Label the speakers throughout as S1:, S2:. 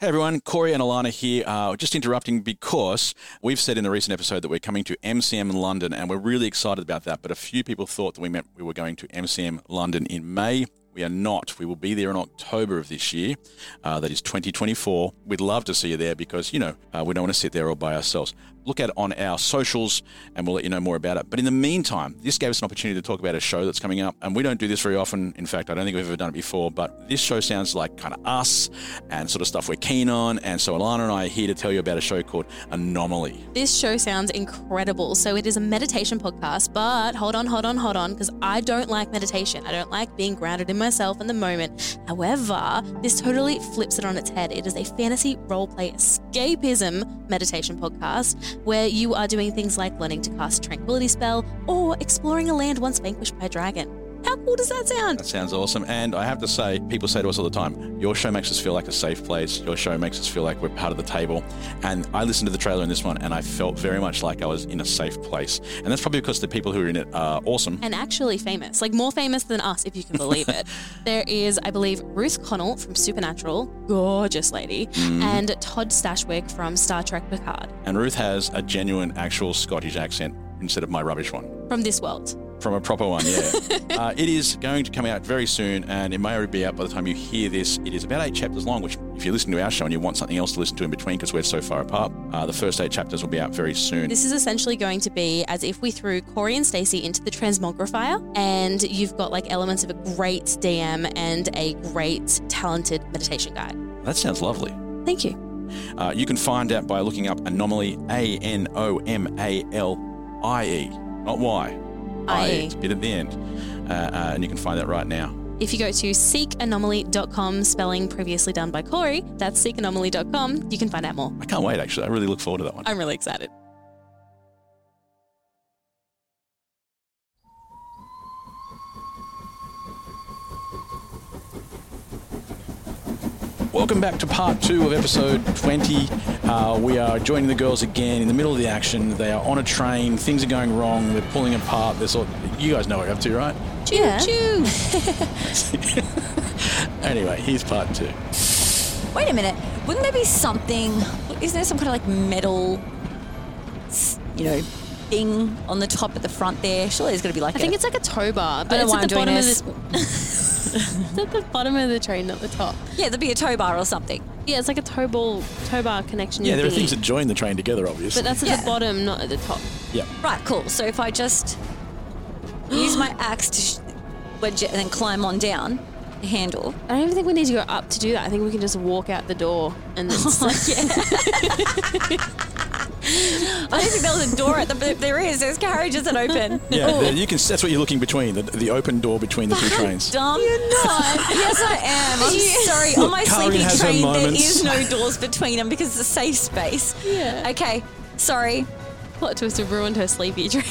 S1: Hey everyone, Corey and Alana here. Uh, just interrupting because we've said in a recent episode that we're coming to MCM in London, and we're really excited about that. But a few people thought that we meant we were going to MCM London in May. We are not. We will be there in October of this year. Uh, that is 2024. We'd love to see you there because you know uh, we don't want to sit there all by ourselves. Look at it on our socials, and we'll let you know more about it. But in the meantime, this gave us an opportunity to talk about a show that's coming up, and we don't do this very often. In fact, I don't think we've ever done it before. But this show sounds like kind of us and sort of stuff we're keen on. And so Alana and I are here to tell you about a show called Anomaly.
S2: This show sounds incredible. So it is a meditation podcast, but hold on, hold on, hold on, because I don't like meditation. I don't like being grounded in myself in the moment. However, this totally flips it on its head. It is a fantasy roleplay escapism meditation podcast where you are doing things like learning to cast a tranquility spell or exploring a land once vanquished by a dragon. How cool does that sound?
S1: That sounds awesome. And I have to say, people say to us all the time, your show makes us feel like a safe place. Your show makes us feel like we're part of the table. And I listened to the trailer in this one and I felt very much like I was in a safe place. And that's probably because the people who are in it are awesome.
S2: and actually famous, like more famous than us, if you can believe it. there is, I believe, Ruth Connell from Supernatural, gorgeous lady, and Todd Stashwick from Star Trek Picard,
S1: And Ruth has a genuine, actual Scottish accent instead of my rubbish one.
S2: from this world.
S1: From a proper one, yeah. uh, it is going to come out very soon, and it may already be out by the time you hear this. It is about eight chapters long, which, if you listen to our show and you want something else to listen to in between because we're so far apart, uh, the first eight chapters will be out very soon.
S2: This is essentially going to be as if we threw Corey and Stacey into the transmogrifier, and you've got like elements of a great DM and a great talented meditation guide.
S1: That sounds lovely.
S2: Thank you.
S1: Uh, you can find out by looking up Anomaly, A N O M A L I E, not Y.
S2: I E.
S1: It's a bit at the end. Uh, uh, and you can find that right now.
S2: If you go to seekanomaly.com, spelling previously done by Corey, that's seekanomaly.com, you can find out more.
S1: I can't wait, actually. I really look forward to that one.
S2: I'm really excited.
S1: Welcome back to part two of episode 20. Uh, we are joining the girls again in the middle of the action. They are on a train. Things are going wrong. They're pulling apart. They're sort you guys know what you're up to, right?
S2: Choo choo.
S1: Anyway, here's part two.
S3: Wait a minute. Wouldn't there be something? Isn't there some kind of like metal, s- you know, thing on the top at the front there? Surely there's going to be like.
S2: I think it's like a tow bar, but
S3: don't
S2: it's
S3: know
S2: at
S3: why
S2: the
S3: I'm
S2: bottom
S3: doing
S2: of the it's at the bottom of the train, not the top.
S3: yeah, there'd be a tow bar or something.
S2: Yeah, it's like a tow ball, tow bar connection.
S1: Yeah, there are
S2: thingy.
S1: things that join the train together, obviously.
S2: but that's at
S3: Yeah.
S2: the bottom, not at the top.
S1: yeah.
S3: Right. Cool. So if I just use my axe to sh- wedge it and then climb on down the handle.
S2: I don't even think we need to go up to do that. I think we can just walk out the door and it's like,
S3: I don't think there was a door at the. But there is. There's carriages that open.
S1: Yeah, there- you can. That's what you're looking between the, the open door between the two trains.
S3: Dumb. You're not. yes, I am. I'm sorry. On my
S1: Kari
S3: sleepy
S1: has her
S3: train, there
S1: moments.
S3: is no doors between them because it's a safe space.
S2: Yeah.
S3: Okay. Sorry.
S2: plot twist have ruined her sleepy dream.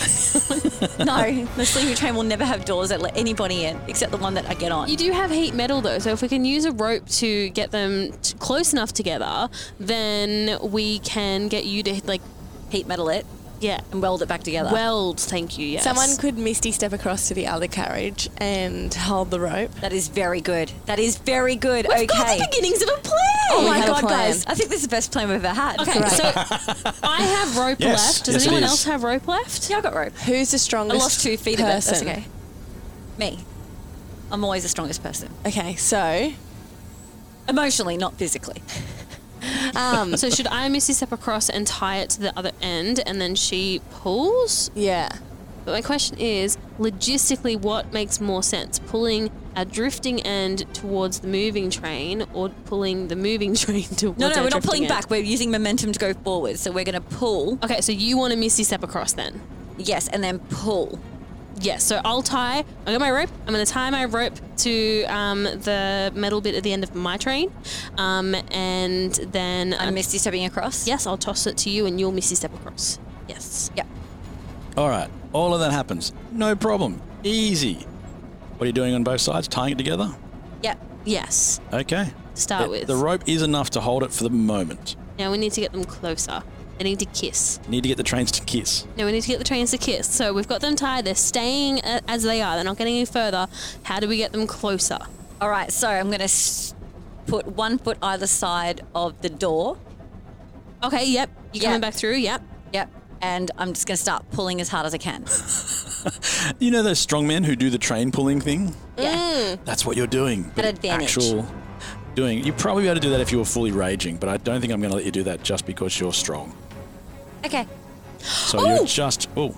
S3: No, the sleeping train will never have doors that let anybody in except the one that I get on.
S2: you do have heat metal though, so if we can use a rope to get them t- close enough together, then we can get you to like,
S3: heat metal it
S2: yeah,
S3: and weld it back together.
S2: weld. Thank you. Yes.
S4: Someone could misty step across to the other carriage and hold the rope.
S3: that is very good. That is very good. okay.
S2: We've got the beginnings of a plan.
S3: oh
S2: We
S3: my
S2: have a
S3: god,
S2: plan.
S3: guys! I think this is the best plan we've ever had.
S2: Okay, so I have rope
S1: Yes,
S2: left. Does
S1: yes, it
S2: anyone
S1: is.
S2: else have rope left?
S3: yeah, I got rope.
S4: Who's the
S3: I
S4: strongest?
S3: lost two feet of it. That's
S4: person?
S3: okay. Me, I'm always the strongest person.
S4: Okay, so
S3: Emotionally, not physically.
S2: Um, so should I Missy step across and tie it to the other end, and then she pulls?
S4: yeah,
S2: But my question is, logistically, what makes more sense: pulling our drifting end towards the moving train, or pulling the moving train towards?
S3: No, no,
S2: our
S3: we're not
S2: drifting
S3: pulling
S2: end?
S3: back. We're using momentum to go forward. So we're going to pull.
S2: Okay, so you want to Missy step across then?
S3: Yes, and then pull.
S2: Yes. So I'll tie. I got my rope. I'm going to tie my rope to um, the metal bit at the end of my train, um, and then
S3: I'm misty stepping across.
S2: Yes, I'll toss it to you and you'll miss your step across. Yes.
S3: Yep.
S1: All right, all of that happens. No problem. Easy. What are you doing on both sides? Tying it together?
S3: Yep.
S2: Yes.
S1: Okay.
S2: To start
S1: The-
S2: with.
S1: The rope is enough to hold it for the moment.
S2: now we need to get them closer. They need to kiss.
S1: You need to get the trains to kiss.
S2: Now we need to get the trains to kiss. So we've got them tied. They're staying a- as they are. They're not getting any further. How do we get them closer?
S3: All right, so I'm going to s- put one foot either side of the door.
S2: Okay, yep. You're
S3: Yeah.
S2: coming back through, yep.
S3: Yep. And I'm just going to start pulling as hard as I can.
S1: You know those strongmen who do the train pulling thing?
S3: Yeah.
S1: That's what you're doing. but
S3: advantage.
S1: Actual doing. You'd probably be able to do that if you were fully raging, but I don't think I'm going to let you do that just because you're strong.
S3: Okay.
S1: So
S2: Oh!
S1: you're just. Oh,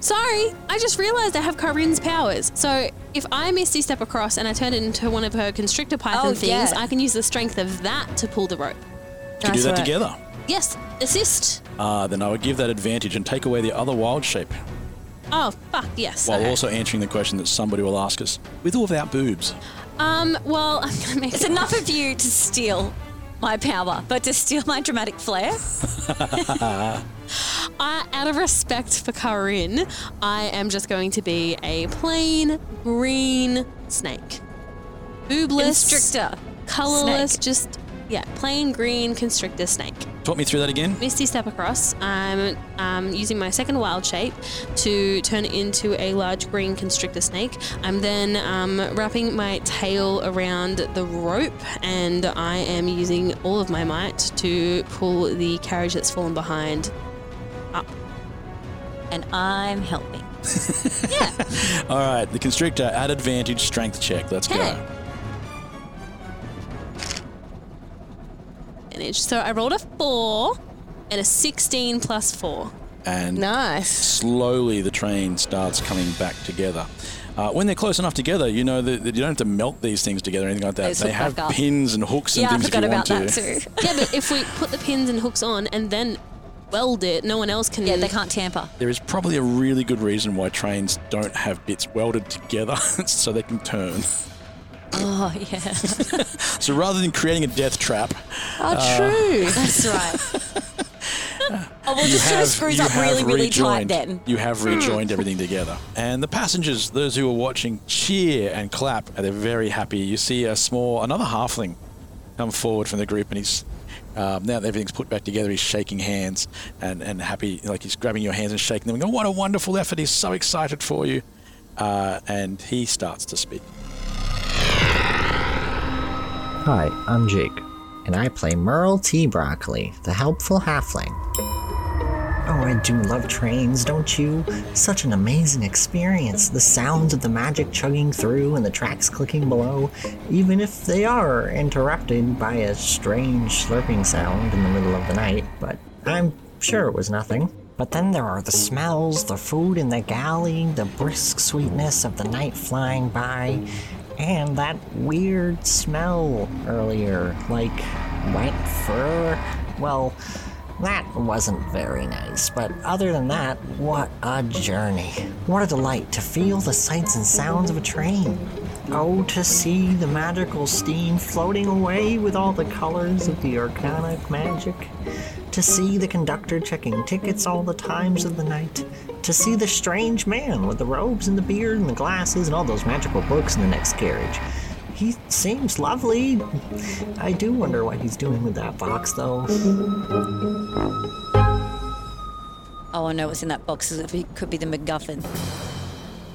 S2: Sorry, I just realised I have Corinne's powers. So if I misty step across and I turn it into one of her constrictor python
S3: Oh,
S2: things,
S3: yeah.
S2: I can use the strength of that to pull the rope.
S1: to do
S3: Nice
S1: that
S3: work.
S1: together.
S2: Yes, assist.
S1: Uh, then I would give that advantage and take away the other wild shape
S2: Oh fuck yes.
S1: while
S2: Okay.
S1: also answering the question that somebody will ask us with or without boobs.
S2: Um. Well, I'm gonna make
S3: It's enough of you to steal my power, but to steal my dramatic flair?
S2: I, out of respect for Corinne, I am just going to be a plain green snake, boobless,
S3: Constrictor.
S2: colorless,
S3: snake.
S2: just yeah, plain green constrictor snake.
S1: Talk me through that again.
S2: Misty step across. I'm um, using my second wild shape to turn it into a large green constrictor snake. I'm then um, wrapping my tail around the rope, and I am using all of my might to pull the carriage that's fallen behind.
S3: And I'm helping.
S1: All right, the constrictor at advantage strength check. Let's
S2: Okay.
S1: go.
S2: Advantage. So I rolled a four and a 16 plus four.
S1: And
S4: Nice.
S1: slowly the train starts coming back together. Uh, when they're close enough together, you know that, that you don't have to melt these things together or anything like that.
S3: They just
S1: they
S3: hook
S1: have
S3: back up.
S1: pins and hooks and
S3: yeah, I
S1: things if
S3: forgot
S1: you
S3: about
S1: want
S3: that
S1: to.
S3: too.
S2: Yeah, but if we put the pins and hooks on and then weld it, no one else can.
S3: Yeah, they can't tamper.
S1: There is probably a really good reason why trains don't have bits welded together so they can turn.
S3: Oh, yeah.
S1: So rather than creating a death trap,
S4: Oh, true.
S3: That's right. oh, we'll
S1: you
S3: just sort
S1: have,
S3: of screws
S1: you
S3: up
S1: have
S3: really, really tight
S1: rejoined.
S3: then. Hmm.
S1: You have rejoined everything together. And the passengers, those who are watching, cheer and clap, and they're very happy. You see a small, another halfling come forward from the group, and he's um, now that everything's put back together, he's shaking hands and, and happy, like he's grabbing your hands and shaking them. And going, what a wonderful effort! He's so excited for you. Uh, and he starts to speak.
S5: Hi, I'm Jake, and I play Merle T. Broccoli, the helpful halfling. Oh, I do love trains, don't you? Such an amazing experience. The sounds of the magic chugging through and the tracks clicking below, even if they are interrupted by a strange slurping sound in the middle of the night, but I'm sure it was nothing. But then there are the smells, the food in the galley, the brisk sweetness of the night flying by, and that weird smell earlier, like wet fur. Well, that wasn't very nice, but other than that, what a journey. What a delight to feel the sights and sounds of a train. Oh, to see the magical steam floating away with all the colors of the organic magic. To see the conductor checking tickets all the times of the night. To see the strange man with the robes and the beard and the glasses and all those magical books in the next carriage. He seems lovely. I do wonder what he's doing with that box, though.
S3: Oh, I know what's in that box. It could be the MacGuffin.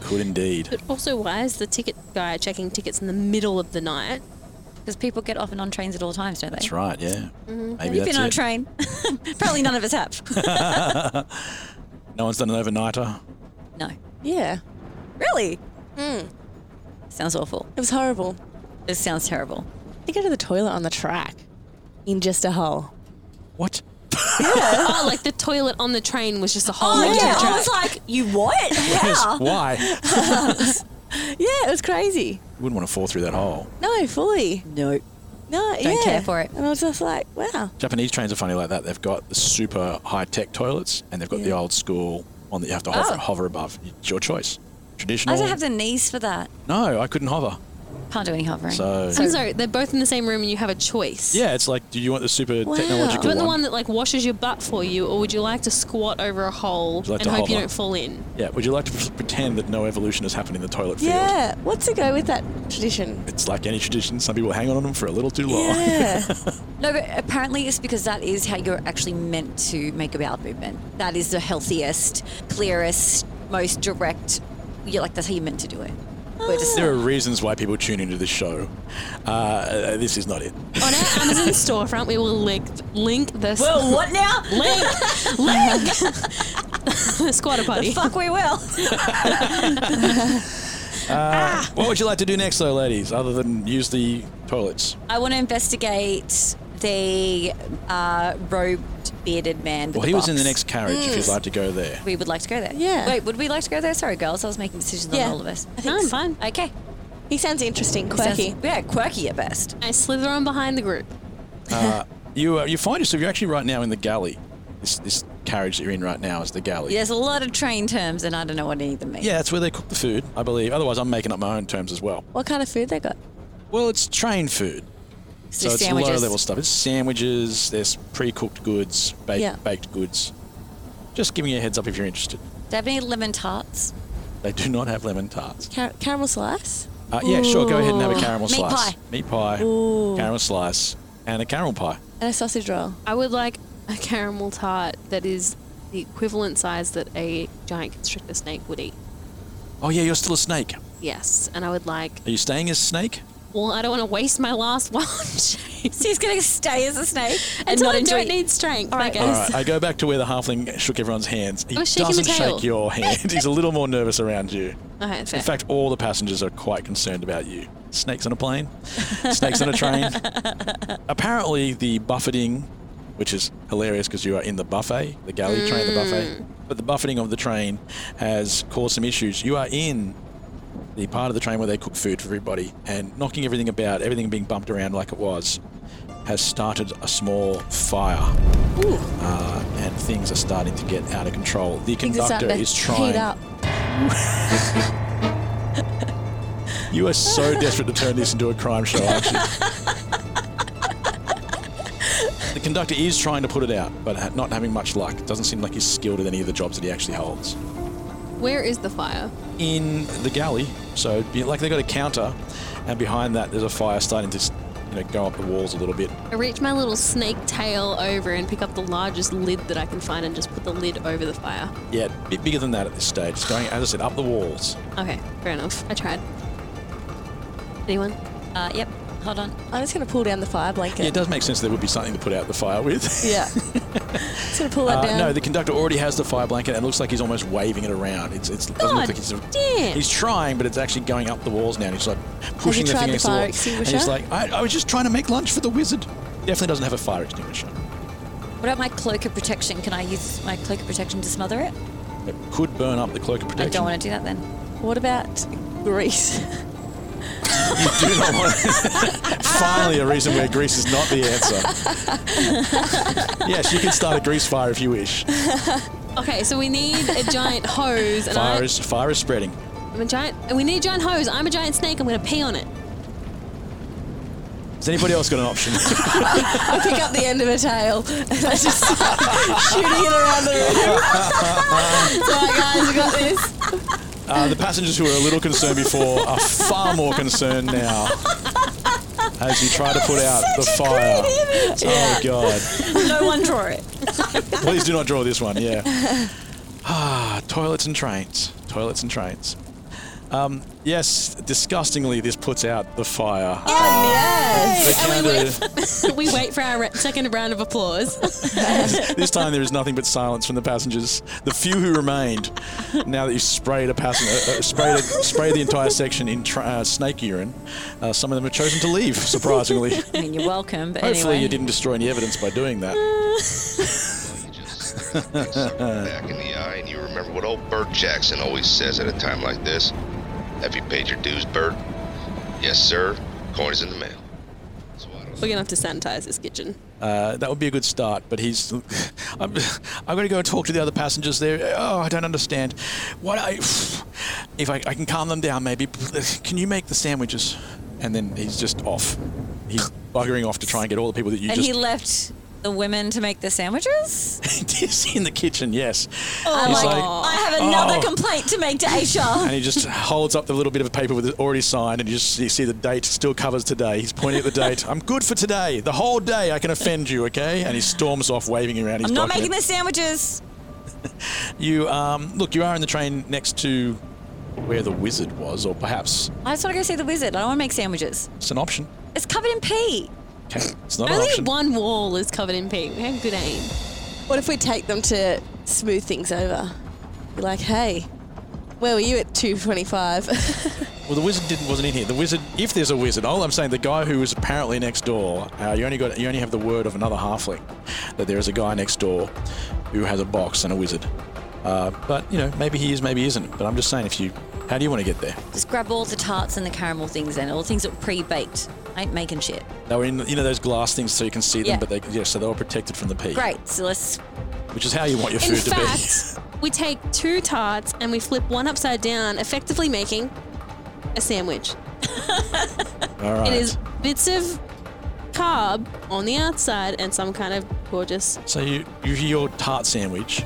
S1: Good indeed.
S2: But also, why is the ticket guy checking tickets in the middle of the night?
S3: Because people get off and on trains at all times, don't they?
S1: That's right. Yeah. Maybe
S3: You've been
S1: that's
S3: on a
S1: it.
S3: train. Probably none of us have.
S1: No one's done an overnighter.
S3: no.
S4: Yeah.
S3: Really? Sounds awful.
S4: It was horrible.
S3: It sounds terrible.
S4: You go to the toilet on the track in just a hole.
S1: What?
S2: oh, like the toilet on the train was just a whole.
S3: Oh,
S2: lot of
S3: yeah.
S2: track.
S3: I was like, you what? How?
S1: Why?
S4: Yeah, it was crazy.
S1: You wouldn't want to fall through that hole.
S4: No, fully.
S3: no.
S4: No,
S3: Don't
S4: yeah.
S3: care for it.
S4: And I was just like, wow.
S1: Japanese trains are funny like that. They've got the super high tech toilets and they've got the old school one that you have to hover,
S3: Oh.
S1: hover above. It's your choice. Traditional.
S3: I don't have the knees for that.
S1: no, I couldn't hover.
S3: Can't do any hovering.
S1: So,
S2: I'm sorry, they're both in the same room and you have a choice.
S1: yeah, it's like, do you want the super
S2: Do you
S1: technological
S2: want the one that like washes your butt for you, or would you like to squat over a hole
S1: you like
S2: and
S1: to
S2: hope you
S1: hover?
S2: don't fall in?
S1: Yeah, would you like to p- pretend that no evolution has happened in the toilet field?
S4: Yeah. What's to go with that tradition?
S1: It's like any tradition. Some people hang on to them for a little too long.
S4: Yeah.
S3: No, but apparently it's because that is how you're actually meant to make a bowel movement. That is the healthiest, clearest, most direct. You're like, that's how you're meant to do it. We're just
S1: There are reasons why people tune into this show. Uh, this is not it.
S2: On our Amazon storefront, we will link link the
S3: well, what now?
S2: link link the squatter party.
S3: Fuck, we will.
S1: What would you like to do next, though, ladies, other than use the toilets?
S3: I want to investigate the uh, robed bearded man. With
S1: Well,
S3: the
S1: he was in the
S3: box.
S1: next carriage if you'd like to go there.
S3: We would like to go there.
S4: Yeah.
S3: Wait, would we like to go there? Sorry, girls. I was making decisions
S4: Yeah.
S3: on all of us.
S2: I think I'm fine.
S3: Okay.
S4: He sounds interesting, quirky.
S3: Sounds- yeah, quirky at best.
S2: I slither on behind the group.
S1: You, uh, you find yourself, you're actually right now in the galley. This, this carriage that you're in right now is the galley.
S3: There's a lot of train terms, and I don't know what any of them mean.
S1: Yeah, that's where they cook the food, I believe. Otherwise, I'm making up my own terms as well.
S4: What kind of food they got?
S1: Well, it's train food.
S3: So
S1: So it's
S3: sandwiches.
S1: low level stuff. It's sandwiches, there's pre cooked goods, baked,
S4: Yeah.
S1: baked goods. Just giving you a heads up if you're interested.
S3: Do they have any lemon tarts?
S1: They do not have lemon tarts.
S4: Car- caramel slice?
S1: Uh, yeah, sure. Go ahead and have a caramel
S3: Meat
S1: slice.
S3: pie.
S1: Meat pie. Caramel slice. And a caramel pie.
S4: And a sausage roll.
S2: I would like a caramel tart that is the equivalent size that a giant constrictor snake would eat.
S1: Oh, yeah, you're still a snake.
S2: Yes, and I would like.
S1: Are you staying as a snake?
S2: Well, I don't want to waste my last one. Jeez.
S3: So he's going to stay as a snake and
S2: Until
S3: not
S2: I
S3: enjoy
S2: don't need strength, I
S1: All
S2: guess.
S1: right, I go back to where the halfling shook everyone's hands. He
S2: I was shaking the
S1: doesn't
S2: tail.
S1: shake your hand. He's a little more nervous around you.
S2: Okay, fair.
S1: In fact, all the passengers are quite concerned about you. Snakes on a plane, snakes on a train. Apparently, the buffeting, which is hilarious because you are in the buffet, the galley train, the
S4: Mm.
S1: buffet, but the buffeting of the train has caused some issues. You are in the part of the train where they cook food for everybody, and knocking everything about, everything being bumped around like it was, has started a small fire. Uh, and things are starting to get out of control. The
S4: Things are
S1: conductor
S4: starting to
S1: is trying.
S4: heat up.
S1: You are so desperate to turn this into a crime show, aren't you? the conductor is trying to put it out, but ha- not having much luck. Doesn't seem like he's skilled at any of the jobs that he actually holds.
S2: Where is the fire?
S1: In the galley, so be- like they got a counter, and behind that there's a fire starting to, s- you know, go up the walls a little bit.
S2: I reach my little snake tail over and pick up the largest lid that I can find and just put the lid over the fire.
S1: Yeah, a bit bigger than that at this stage. It's going, as I said, up the walls.
S2: Okay, fair enough. I tried. Anyone?
S3: Uh, yep. Hold on.
S4: I'm just going to pull down the fire
S1: Yeah, it
S4: blanket.
S1: does make sense there would be something to put out the fire with.
S4: Yeah. just going to pull that
S1: Uh,
S4: down.
S1: no, the conductor already has the fire blanket and it looks like he's almost waving it around. It's, it's doesn't look
S2: God
S1: like he's,
S2: damn.
S1: he's trying, but it's actually going up the walls now. And he's like pushing the
S4: tried
S1: thing
S4: the
S1: against
S4: fire
S1: wall. And he's
S4: extinguisher?
S1: like, I, I was just trying to make lunch for the wizard. Definitely doesn't have a fire extinguisher.
S3: What about my cloak of protection? Can I use my cloak of protection to smother it?
S1: It could burn up the cloak of
S3: I
S1: protection.
S3: don't want to do that then.
S4: what about grease?
S1: You do not want it. Finally, a reason where grease is not the answer. yes, you can start a grease fire if you wish.
S2: Okay, so we need a giant hose, and
S1: Fire
S2: I,
S1: is fire is spreading.
S2: I'm a giant. And we need a giant hose. I'm a giant snake. I'm gonna pee on it.
S1: Has anybody else got an option?
S4: I pick up the end of a tail and I just start shooting it around the room. it's all right, guys, we got this.
S1: Uh, the passengers who were a little concerned before are far more concerned now as you try to put out the fire. Oh God!
S3: No one draw it.
S1: Please do not draw this one. Yeah. Ah, toilets and trains. Toilets and trains. Um, yes, disgustingly, this puts out the fire.
S4: Yes.
S1: The counter-
S2: we wait for our re- second round of applause.
S1: this time there is nothing but silence from the passengers. The few who remained, now that you sprayed a passenger, uh, sprayed, a, sprayed the entire section in tra- uh, snake urine, uh, some of them have chosen to leave. Surprisingly,
S3: I mean, you're welcome, but
S1: hopefully
S3: anyway.
S1: you didn't destroy any evidence by doing that.
S6: You just look back in the eye and you remember what old Bert Jackson always says at a time like this. Have you paid your dues, Bert? Yes, sir. Coin is in the mail. So I don't
S2: We're gonna have to sanitize this kitchen.
S1: Uh, that would be a good start, but he's. I'm, I'm going to go and talk to the other passengers there. Oh, I don't understand. What I. If I, I can calm them down, maybe. Can you make the sandwiches? And then he's just off. He's buggering off to try and get all the people that you
S3: and
S1: just
S3: he left the women to make the sandwiches?
S1: He's in the kitchen, yes.
S3: I'm
S1: He's
S3: like,
S1: like,
S3: I have another
S1: "Oh."
S3: complaint to make to HR.
S1: And he just holds up the little bit of paper with it already signed, and you just you see the date still covers today. He's pointing at the date. I'm good for today. The whole day I can offend you, okay? And he storms off, waving around his
S3: I'm not making
S1: document.
S3: the sandwiches.
S1: You um, look. You are in the train next to where the wizard was, or perhaps
S3: I just want to go see the wizard. I don't want to make sandwiches.
S1: it's an option.
S3: It's covered in pee.
S1: Okay, it's not an
S2: Only
S1: option.
S2: one wall is covered in pink. We have good aim.
S4: What if we take them to smooth things over? Be like, hey, where were you at 225?
S1: Well, the wizard didn't wasn't in here. The wizard, if there's a wizard, all I'm saying, the guy who was apparently next door. Uh, you only got you only have the word of another halfling that there is a guy next door who has a box and a wizard. Uh, but you know, maybe he is, maybe he isn't. But I'm just saying, if you, how do you want to get there?
S3: Just grab all the tarts and the caramel things and all the things that were pre-baked. I ain't making shit.
S1: They were in you know those glass things so you can see them,
S3: Yeah.
S1: but they yeah, so they were protected from the pea.
S3: Great. So let's.
S1: Which is how you want your
S2: In
S1: food to
S2: fact, we take two tarts and we flip one upside down, effectively making a sandwich.
S1: be. All right.
S2: It is bits of carb on the outside and some kind of gorgeous.
S1: So you, you hear your tart sandwich,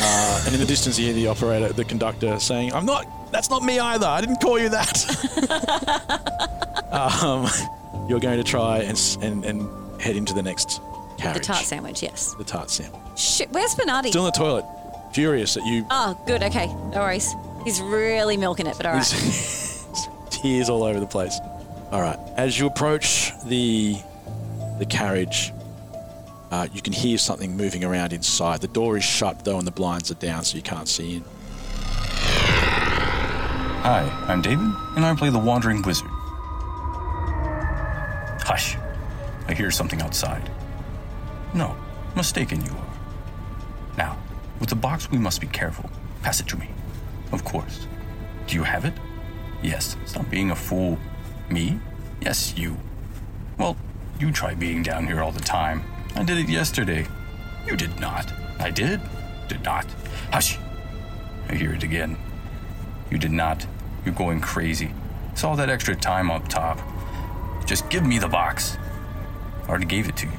S1: uh, and in the distance you hear the operator, the conductor saying, "I'm not. That's not me either. I didn't call you that." um, you're going to try and, s- and and head into the next
S3: The
S1: carriage.
S3: tart sandwich, yes.
S1: The tart sandwich.
S3: Shit, where's Bernardi?
S1: Still in the toilet, furious that you.
S3: oh, good. Okay. No worries. He's really milking it, but all right.
S1: tears all over the place. All right. As you approach the the carriage, uh, you can hear something moving around inside. The door is shut though, and the blinds are down, so you can't see in.
S7: Hi, I'm David, and I play the Wandering Wizard. Hush. I hear something outside. No, mistaken you are. Now, with the box, we must be careful. Pass it to me. Of course. Do you have it? Yes, stop being a fool. Me? Yes, you. Well, you try being down here all the time. I did it yesterday. You did not. I did? Did not. Hush. I hear it again. You did not. You're going crazy. It's all that extra time up top. Just give me the box. I already gave it to you.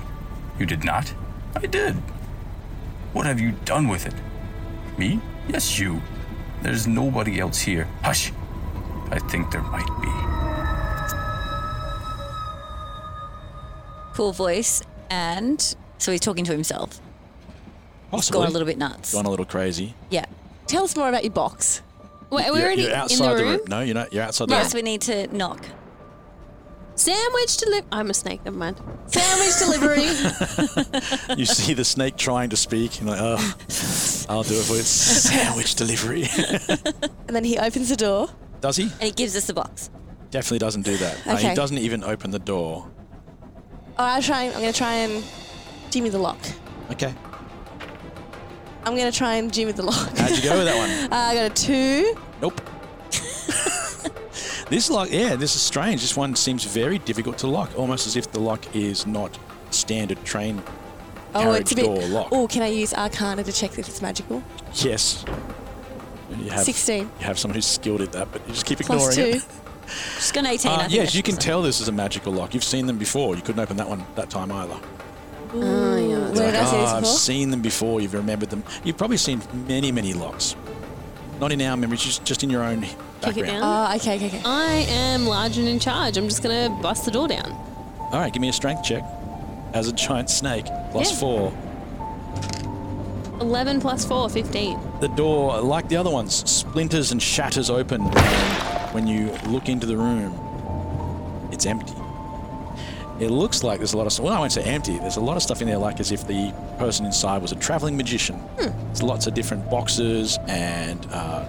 S7: You did not? I did. What have you done with it? Me? Yes, you. There's nobody else here. Hush. I think there might be.
S3: Cool voice. And so he's talking to himself.
S1: Possibly.
S3: Going a little bit nuts.
S1: Gone a little crazy.
S3: Yeah.
S4: Tell us more about your box.
S2: Wait, we're
S1: You're-
S2: already
S1: you're
S2: in
S1: outside
S2: the room.
S1: No, you're not. You're outside
S3: Yes,
S1: the
S3: we need to knock.
S2: Sandwich delivery. I'm a snake. Never mind.
S4: Sandwich delivery.
S1: room. You see the snake trying to speak. You're like, oh, I'll do it for you. Sandwich delivery.
S4: and then he opens the door.
S1: Does he?
S3: And he gives us the box.
S1: Definitely doesn't do that. Uh, he
S4: Okay.
S1: doesn't even open the door.
S4: Oh, I'm trying. I'm going to try and Jimmy the lock.
S1: Okay.
S4: I'm going to try and Jimmy the lock.
S1: How'd you go with that one?
S4: Uh, I got a two.
S1: Nope. this is like, yeah, this is strange. This one seems very difficult to lock, almost as if the lock is not standard train
S4: Oh,
S1: carriage
S4: it's a bit.
S1: door lock.
S4: Oh, can I use Arcana to check if it's magical?
S1: Yes. You have,
S4: 16.
S1: You have someone who's skilled at that, but you just keep ignoring
S4: Plus
S1: it.
S4: two.
S3: Just got an 18. I
S1: Uh,
S3: think
S1: yes,
S3: that's
S1: you can
S3: awesome.
S1: tell this is a magical lock. You've seen them before. You couldn't open that one that time either.
S2: Oh,
S4: Where did I see
S1: "Ah,
S4: this
S1: I've
S4: before?
S1: seen them before. You've remembered them. You've probably seen many, many locks. Not in our memories, just, just in your own
S2: Kick it
S1: background.
S2: down.
S4: Oh, okay, okay, okay.
S2: I am large and in charge. I'm just gonna bust the door down.
S1: All right, give me a strength check. As a giant snake, plus
S2: Yeah.
S1: four.
S2: 11 plus 4, 15.
S1: The door, like the other ones, splinters and shatters open. And when you look into the room, it's empty. It looks like there's a lot of stuff. Well, I won't say empty. There's a lot of stuff in there, like as if the person inside was a traveling magician. There's lots of different boxes and uh,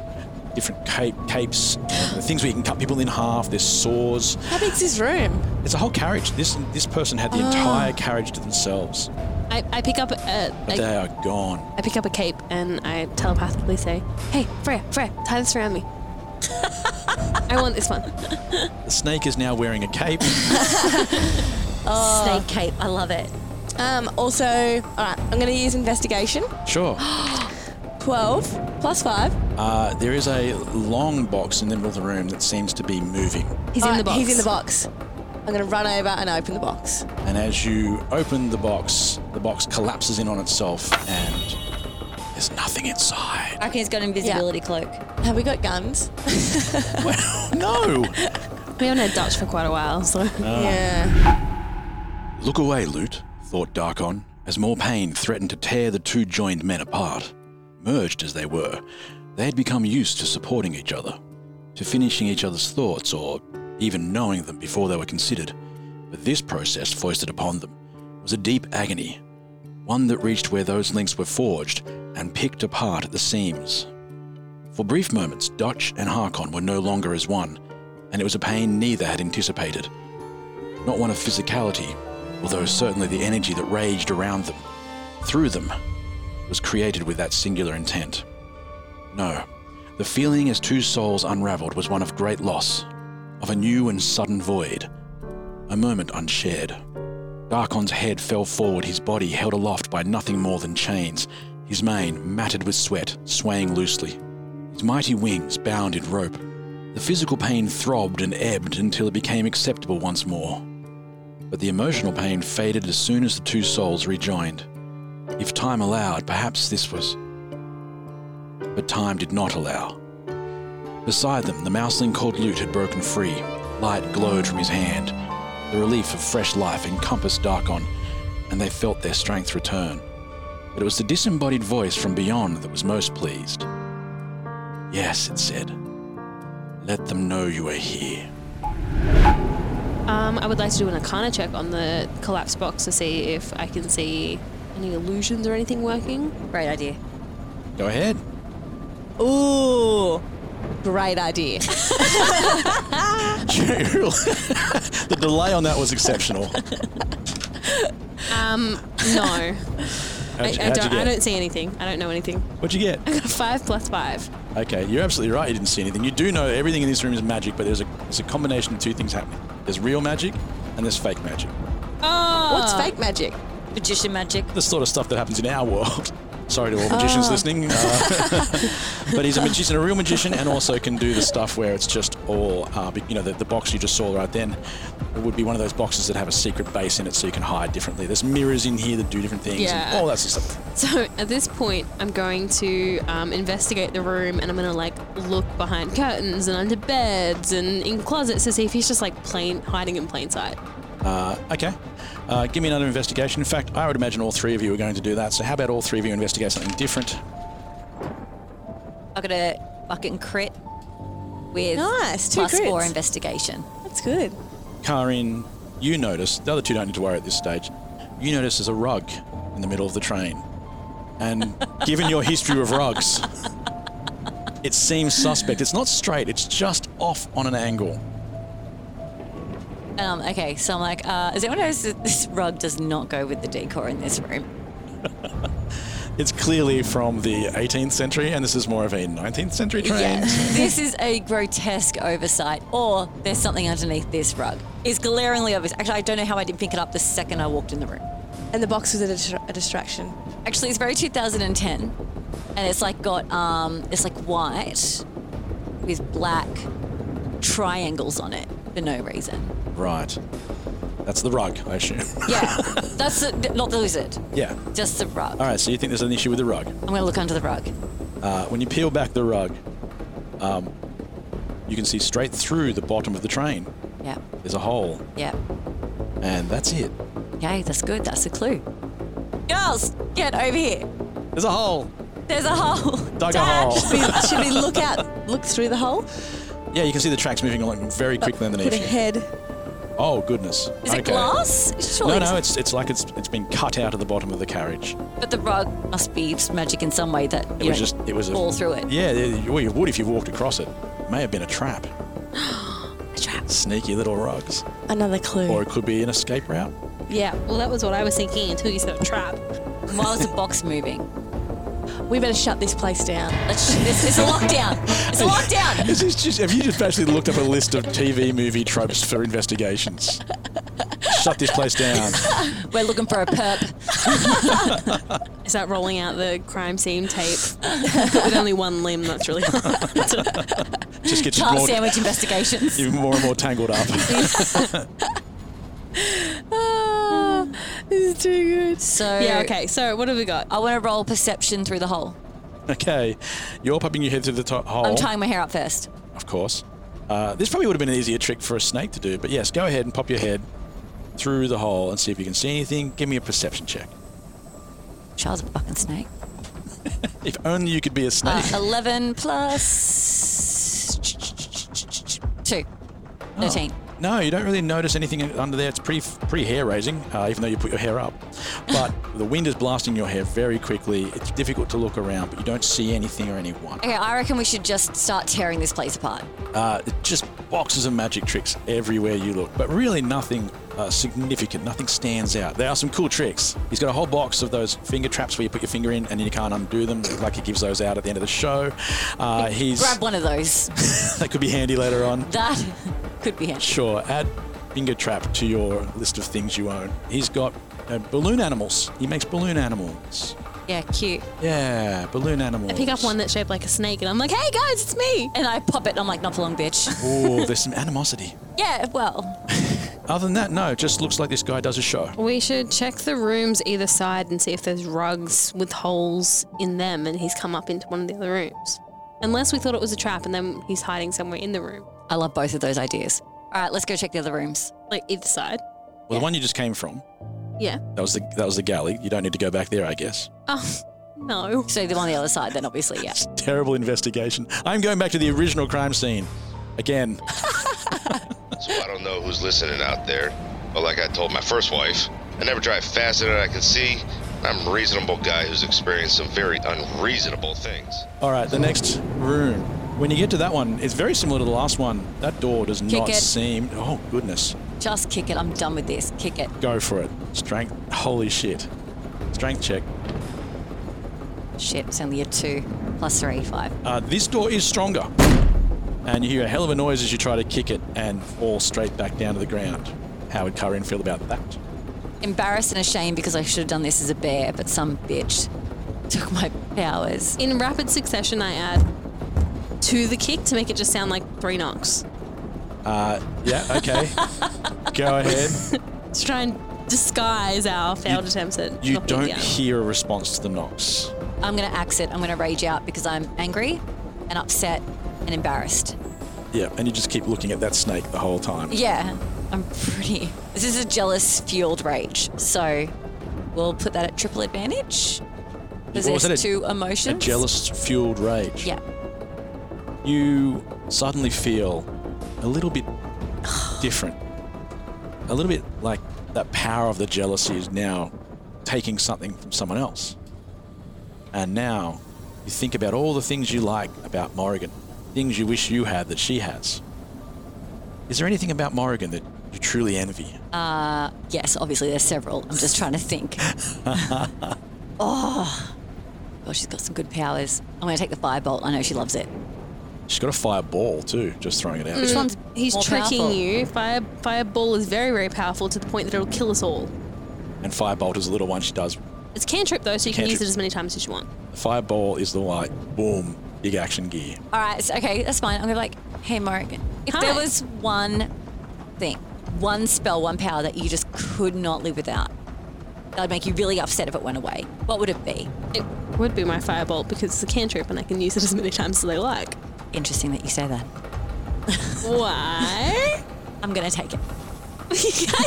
S1: different cape, capes, and things where you can cut people in half. There's saws.
S4: How big's this room?
S1: It's a whole carriage. This this person had the entire carriage to themselves,
S2: I, I pick up a,
S1: but
S2: a,
S1: they are gone.
S2: I pick up a cape and I telepathically say, Hey, Freya, Freya, tie this around me. I want this one.
S1: The snake is now wearing a cape.
S3: Snake cape. Oh. I love it.
S4: Um, also, all right, I'm going to use investigation.
S1: sure.
S4: 12 plus 5.
S1: Uh, there is a long box in the middle of the room that seems to be moving.
S2: He's in the box.
S4: He's in the box. I'm going to run over and open the box.
S1: And as you open the box, the box collapses in on itself and there's nothing inside.
S3: I reckon he's got an invisibility cloak.
S4: Have we got guns?
S1: No!
S2: We haven't had Dutch for quite a while, so.
S1: Oh.
S4: Yeah.
S1: Look away, Lute, thought Darkon, as more pain threatened to tear the two joined men apart. Merged as they were, they had become used to supporting each other. to finishing each other's thoughts or even knowing them before they were considered. But this process foisted upon them was a deep agony, one that reached where those links were forged and picked apart at the seams. For brief moments, Dutch and Harkon were no longer as one, and it was a pain neither had anticipated. Not one of physicality, although certainly the energy that raged around them, through them, was created with that singular intent. No, the feeling as two souls unraveled was one of great loss, of a new and sudden void, a moment unshared. Darkon's head fell forward, his body held aloft by nothing more than chains, his mane matted with sweat, swaying loosely, his mighty wings bound in rope. The physical pain throbbed and ebbed until it became acceptable once more. But the emotional pain faded as soon as the two souls rejoined. If time allowed, perhaps this was. But time did not allow. Beside them, the mouseling called Lute had broken free. Light glowed from his hand. The relief of fresh life encompassed Darkon, and they felt their strength return. But it was the disembodied voice from beyond that was most pleased. Yes, it said. Let them know you are here.
S2: Um, I would like to do an Arcana check on the collapse box to see if I can see any illusions or anything working.
S3: Great idea.
S1: Go ahead.
S4: Ooh, great idea.
S1: the delay on that was exceptional.
S2: Um, no. I, I,
S1: how'd you
S2: don't, I
S1: get?
S2: don't see anything. I don't know anything.
S1: What'd you get?
S2: Five plus five.
S1: Okay, you're absolutely right. You didn't see anything. You do know everything in this room is magic, but there's a there's a combination of two things happening. There's real magic, and there's fake magic.
S2: Oh,
S4: What's fake magic?
S3: Magician magic.
S1: The sort of stuff that happens in our world. Sorry to all magicians
S2: Oh.
S1: listening, uh, but he's a magician, a real magician, and also can do the stuff where it's just all, uh, be- you know, the, the box you just saw right then. It would be one of those boxes that have a secret base in it, so you can hide differently. There's mirrors in here that do different things, and
S2: Yeah.
S1: all that sort of stuff.
S2: So at this point, I'm going to um, investigate the room and I'm going to like look behind curtains and under beds and in closets to see if he's just like plain hiding in plain sight.
S1: Uh, okay, uh, give me another investigation. In fact, I would imagine all three of you are going to do that. So how about all three of you investigate something different?
S3: I got a bucket and crit with
S4: Nice, two
S3: plus four
S4: crits.
S3: investigation.
S4: That's good.
S1: Karin, you notice, the other two don't need to worry at this stage, you notice there's a rug in the middle of the train. And given your history of rugs, it seems suspect. It's not straight, it's just off on an angle.
S3: Um, okay, so I'm like, uh, is anyone noticed that this rug does not go with the decor in this room?
S1: It's clearly from the 18th century, and this is more of a 19th century train.
S3: Yeah, this is a grotesque oversight, or there's something underneath this rug. It's glaringly obvious. Actually, I don't know how I didn't pick it up the second I walked in the room.
S4: And the box was a, distra- a distraction.
S3: Actually, it's very 2010, and it's like got um, it's like white with black triangles on it for no reason.
S1: Right. That's the rug, I assume.
S3: Yeah, that's the, not the lizard,
S1: yeah.
S3: just the rug.
S1: All right, so you think there's an issue with the rug.
S3: I'm gonna look under the rug.
S1: Uh, when you peel back the rug, um, you can see straight through the bottom of the train.
S3: Yeah,
S1: There's a hole,
S3: yeah.
S1: and that's it.
S3: Okay, that's good. That's a clue. Girls, get over here.
S1: There's a hole.
S3: There's a hole.
S1: Dug
S3: Dad.
S1: a hole.
S4: Should we, should we look out, look through the hole?
S1: Yeah, you can see the tracks moving along very quickly
S4: Put
S1: underneath
S4: a
S1: you.
S4: head.
S1: Oh goodness.
S3: Is it glass? Surely
S1: No, no, it's it's like it's it's been cut out of the bottom of the carriage.
S3: But the rug must be magic in some way that
S1: It
S3: you
S1: was
S3: don't
S1: just it was a
S3: fall through it.
S1: Yeah, it- well you would if you walked across it. It may have been a trap.
S3: A trap.
S1: Sneaky little rugs.
S4: Another
S1: Or
S4: clue.
S1: it could be an escape route.
S2: Yeah, well, that was what I was thinking until you said trap.
S3: Why was the box moving?
S4: We better shut this place down.
S3: Let's, it's, it's a lockdown. It's a lockdown.
S1: Is this just have you just actually looked up a list of TV movie tropes for investigations? Shut this place down.
S3: We're looking for a perp.
S2: Is that rolling out the crime scene tape with only one limb? That's really hard.
S1: Just gets you
S3: Child
S1: more,
S3: sandwich investigations.
S1: even more and more tangled up.
S4: Ah, this is too good.
S3: So
S2: yeah. Okay. So what have we got?
S3: I want to roll perception through the hole.
S1: okay. You're popping your head through the to- hole.
S3: I'm tying my hair up first.
S1: of course. Uh, this probably would have been an easier trick for a snake to do, but yes, go ahead and pop your head through the hole and see if you can see anything. Give me a perception check.
S3: Charles a fucking snake.
S1: If only you could be a
S3: Uh,
S1: snake.
S3: 11 plus 13.
S1: No, you don't really notice anything in- under there. It's pretty pretty hair raising, uh, even though you put your hair up. But the wind is blasting your hair very quickly. It's difficult to look around, but you don't see anything or anyone.
S3: Okay, I reckon we should just start tearing this place apart.
S1: Uh, it just boxes of magic tricks everywhere you look, but really nothing uh, significant. Nothing stands out. There are some cool tricks. He's got a whole box of those finger traps where you put your finger in and then you can't undo them. Like he gives those out at the end of the show. Uh, he's
S3: Grab one of those.
S1: that could be handy later on.
S3: That could be handy.
S1: Sure, add finger trap to your list of things you own. He's got uh, balloon animals. He makes balloon animals.
S2: Yeah, cute.
S1: Yeah, balloon animals.
S2: I pick up one that's shaped like a snake, and I'm like, "Hey guys, it's me!"
S3: And I pop it and I'm like, not for long, bitch.
S1: Oh, there's some animosity.
S3: yeah, well,
S1: Other than that, no, it just looks like this guy does a show.
S2: We should check the rooms either side and see if there's rugs with holes in them, and he's come up into one of the other rooms. Unless we thought it was a trap, and then he's hiding somewhere in the room,
S3: I love both of those ideas. All right, let's go check the other rooms.
S2: like either side.
S1: Well, the one you just came from,
S2: Yeah.
S1: that was the that was the galley. You don't need to go back there, I guess.
S2: Oh no.
S3: So the one on the other side, then obviously, yeah.
S1: Terrible investigation. I'm going back to the original crime scene. Again,
S6: So I don't know who's listening out there, but like I told my first wife, I never drive faster than I can see. I'm a reasonable guy who's experienced some very unreasonable things.
S1: all right, the next room. When you get to that one, it's very similar to the last one. That door does not
S3: it.
S1: seem. Oh goodness.
S3: Just kick it. I'm done with this. Kick it.
S1: Go for it. Strength. Holy shit. Strength check.
S3: Shit, it's only a two plus three, five.
S1: Uh, this door is stronger. And you hear a hell of a noise as you try to kick it and fall straight back down to the ground. How would Karin feel about that?
S3: Embarrassed and ashamed because I should have done this as a bear, but some bitch took my powers.
S2: In rapid succession, I add to the kick to make it just sound like three knocks
S1: Uh, yeah, okay. Go ahead.
S2: to try and disguise our failed attempts at
S1: You
S2: knocking it
S1: don't
S2: down.
S1: hear a response to the knocks.
S3: I'm going to axe it. I'm going to rage out because I'm angry and upset and embarrassed.
S1: Yeah, and you just keep looking at that snake the whole time.
S3: Yeah, I'm pretty. This is a jealous fueled rage. So we'll put that at triple advantage. Because
S1: What was that,
S3: there's
S1: a-
S3: two
S1: A
S3: emotions.
S1: jealous fueled rage.
S3: Yeah.
S1: You suddenly feel a little bit different. A little bit like that power of the jealousy is now taking something from someone else. And now you think about all the things you like about Morrigan, things you wish you had that she has. Is there anything about Morrigan that you truly envy?
S3: Yes, obviously there's several. I'm just trying to think. oh, gosh, she's got some good powers. I'm going to take the firebolt. I know she loves it.
S1: She's got a fireball too, just throwing it out.
S2: Mm.
S3: Which one's
S2: He's
S3: more
S2: tricking
S3: powerful?
S2: you. Fire fireball is very very powerful to the point that it'll kill us all.
S1: And firebolt is a little one she does
S2: It's cantrip though, so you can use
S1: Cantrip.
S2: it as many times as you want.
S1: Fireball is the like boom big action gear.
S3: All right, so, okay, that's fine. I'm going to be like, hey, Morgan, if there
S2: Hi.
S3: was one thing, one spell, one power that you just could not live without, that would make you really upset if it went away, what would it be?
S2: It would be my firebolt because it's a cantrip and I can use it as many times as I like.
S3: Interesting that you say that.
S2: Why?
S3: I'm going to take it.
S2: I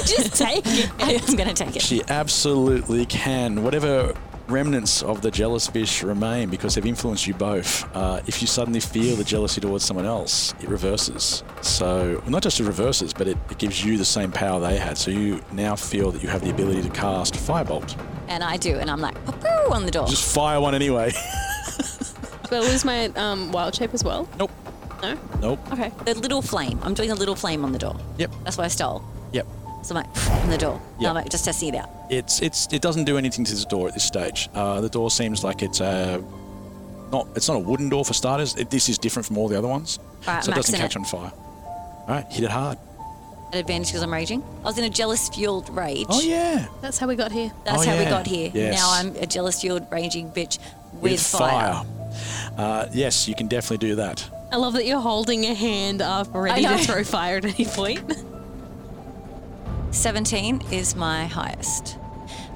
S2: just take it.
S3: I'm going to take it.
S1: She absolutely can. Whatever remnants of the jealous fish remain because they've influenced you both. Uh, if you suddenly feel the jealousy towards someone else, it reverses. So well, not just it reverses, but it, it gives you the same power they had. So you now feel that you have the ability to cast firebolt.
S3: And I do, and I'm like, poo on the door.
S1: Just fire one anyway.
S2: Do I lose my um, wild shape as well?
S1: nope.
S2: No?
S1: Nope.
S2: Okay.
S3: The little flame. I'm doing a little flame on the door.
S1: Yep.
S3: That's what I stole.
S1: Yep.
S3: So I'm like, on the door. And
S1: Yeah.
S3: I'm like, just testing it out.
S1: It's it's it doesn't do anything to the door at this stage. Uh, the door seems like it's a not it's not a wooden door for starters. It, this is different from all the other ones,
S3: Alright,
S1: so it doesn't
S3: maxing
S1: catch
S3: it.
S1: on fire. All right, hit it hard.
S3: At advantage because I'm raging. I was in a jealous fueled rage.
S1: Oh yeah,
S2: That's how we got here.
S3: That's
S1: Oh,
S3: how we
S1: yeah.
S3: got here.
S1: Yes.
S3: Now I'm a jealous fueled raging bitch with, fire.
S1: Uh, yes, you can definitely do that.
S2: I love that you're holding a hand up ready
S3: I know.
S2: to throw fire at any point.
S3: 17 is my highest.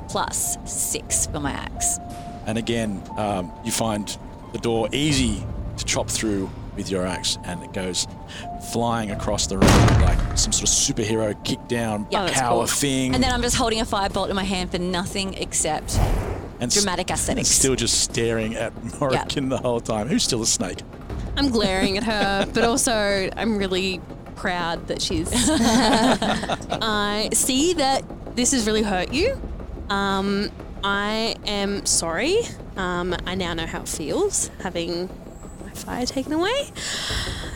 S3: Plus six for my axe.
S1: And again, um, you find the door easy to chop through with your axe, and it goes flying across the room like some sort of superhero kick down
S3: Yeah, that's
S1: power
S3: cool.
S1: thing.
S3: And then I'm just holding a firebolt in my hand for nothing except
S1: and
S3: dramatic aesthetics.
S1: Still just staring at Morrigan the whole time. Who's still a snake?
S2: I'm glaring at her, but also I'm really proud that she's. I see that this has really hurt you. Um, I am sorry. Um, I now know how it feels having my fire taken away.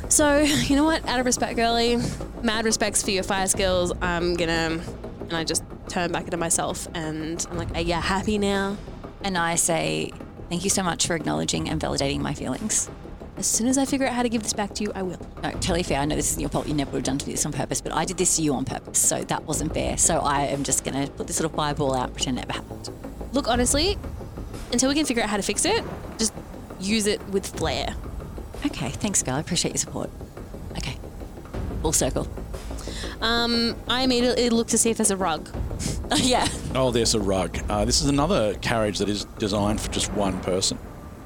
S2: So, you know what? Out of respect, girly, mad respects for your fire skills. I'm gonna. And I just turn back into myself and I'm like, are you happy now?
S3: And I say, thank you so much for acknowledging and validating my feelings.
S2: As soon as I figure out how to give this back to you, I will.
S3: No, totally fair. I know this isn't your fault. You never would have done this on purpose, but I did this to you on purpose, so that wasn't fair. So I am just going to put this little fireball out and pretend it never happened.
S2: Look, honestly, until we can figure out how to fix it, just use it with flair.
S3: Okay, thanks, girl. I appreciate your support. Okay, full circle.
S2: Um, I immediately look to see if there's a rug.
S3: yeah.
S1: Oh, there's a rug. Uh, this is another carriage that is designed for just one person.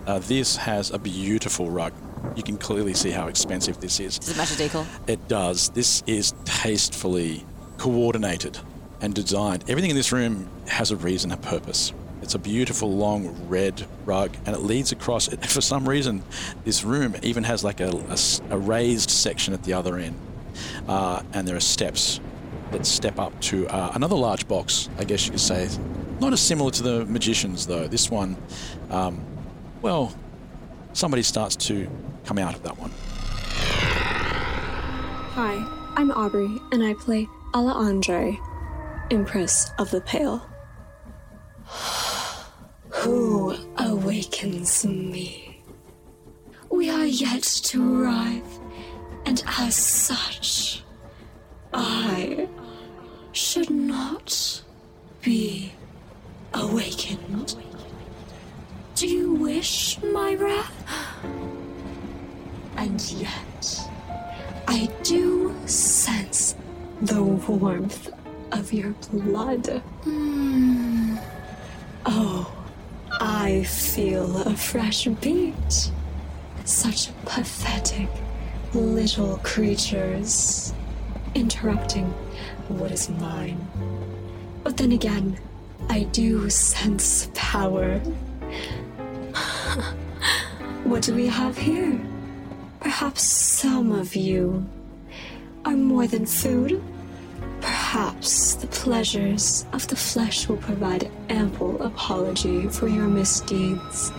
S1: Uh, this has a beautiful rug. You can clearly see how expensive this is.
S3: Does it match a decal?
S1: It does. This is tastefully coordinated and designed. Everything in this room has a reason, a purpose. It's a beautiful long red rug, and it leads across. It, for some reason, this room even has like a, a s- a raised section at the other end, uh, and there are steps that step up to uh, another large box. I guess you could say, not as similar to the magicians though. This one, um, well, somebody starts to come out of that one.
S8: Hi, I'm Aubrey, and I play Alejandre, Empress of the Pale. Who awakens me? We are yet to arrive, and as such, I should not be awakened. Do you wish my wrath? And yet. I do sense the warmth of your blood. Mm. Oh, I feel a fresh beat. Such pathetic little creatures interrupting what is mine. But then again, I do sense power. what do we have here? Perhaps some of you are more than food. Perhaps the pleasures of the flesh will provide ample apology for your misdeeds.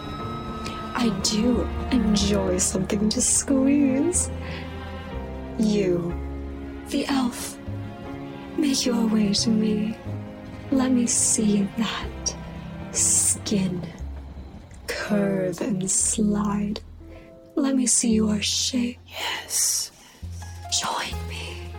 S8: I do enjoy something to squeeze. You, the elf, make your way to me. Let me see that skin curve and slide. Let me see your shape. Yes. Join me.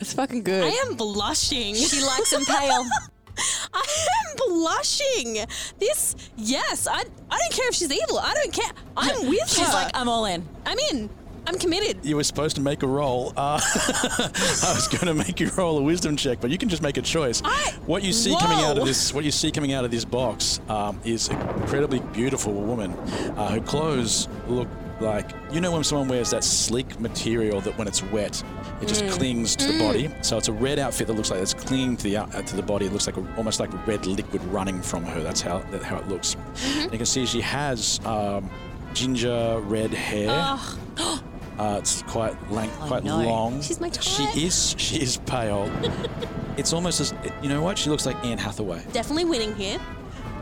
S4: It's fucking good.
S2: I am blushing.
S3: She likes them pale.
S2: I am blushing. This, yes, I, I don't care if she's evil. I don't care. I'm with
S3: She's
S2: her.
S3: like, I'm all in.
S2: I'm in. I'm committed.
S1: you were supposed to make a roll. Uh, I was going to make you roll a wisdom check, but you can just make a choice.
S2: I-
S1: what you see coming out
S2: Whoa.
S1: of this, what you see coming out of this box, um, is an incredibly beautiful woman. Uh, her clothes look like you know when someone wears that sleek material that when it's wet, it
S2: Mm.
S1: just clings to the body. So it's a red outfit that looks like it's clinging to the out- uh, to the body. It looks like a, almost like red liquid running from her. That's how that, how it looks.
S2: Mm-hmm.
S1: And you can see she has. Um, Ginger red hair.
S2: Oh,
S1: Uh, it's quite lank, quite
S3: no.
S1: long.
S2: She's my type.
S1: She is. She is pale. it's almost as you know what she looks like Anne Hathaway,
S2: Definitely winning here.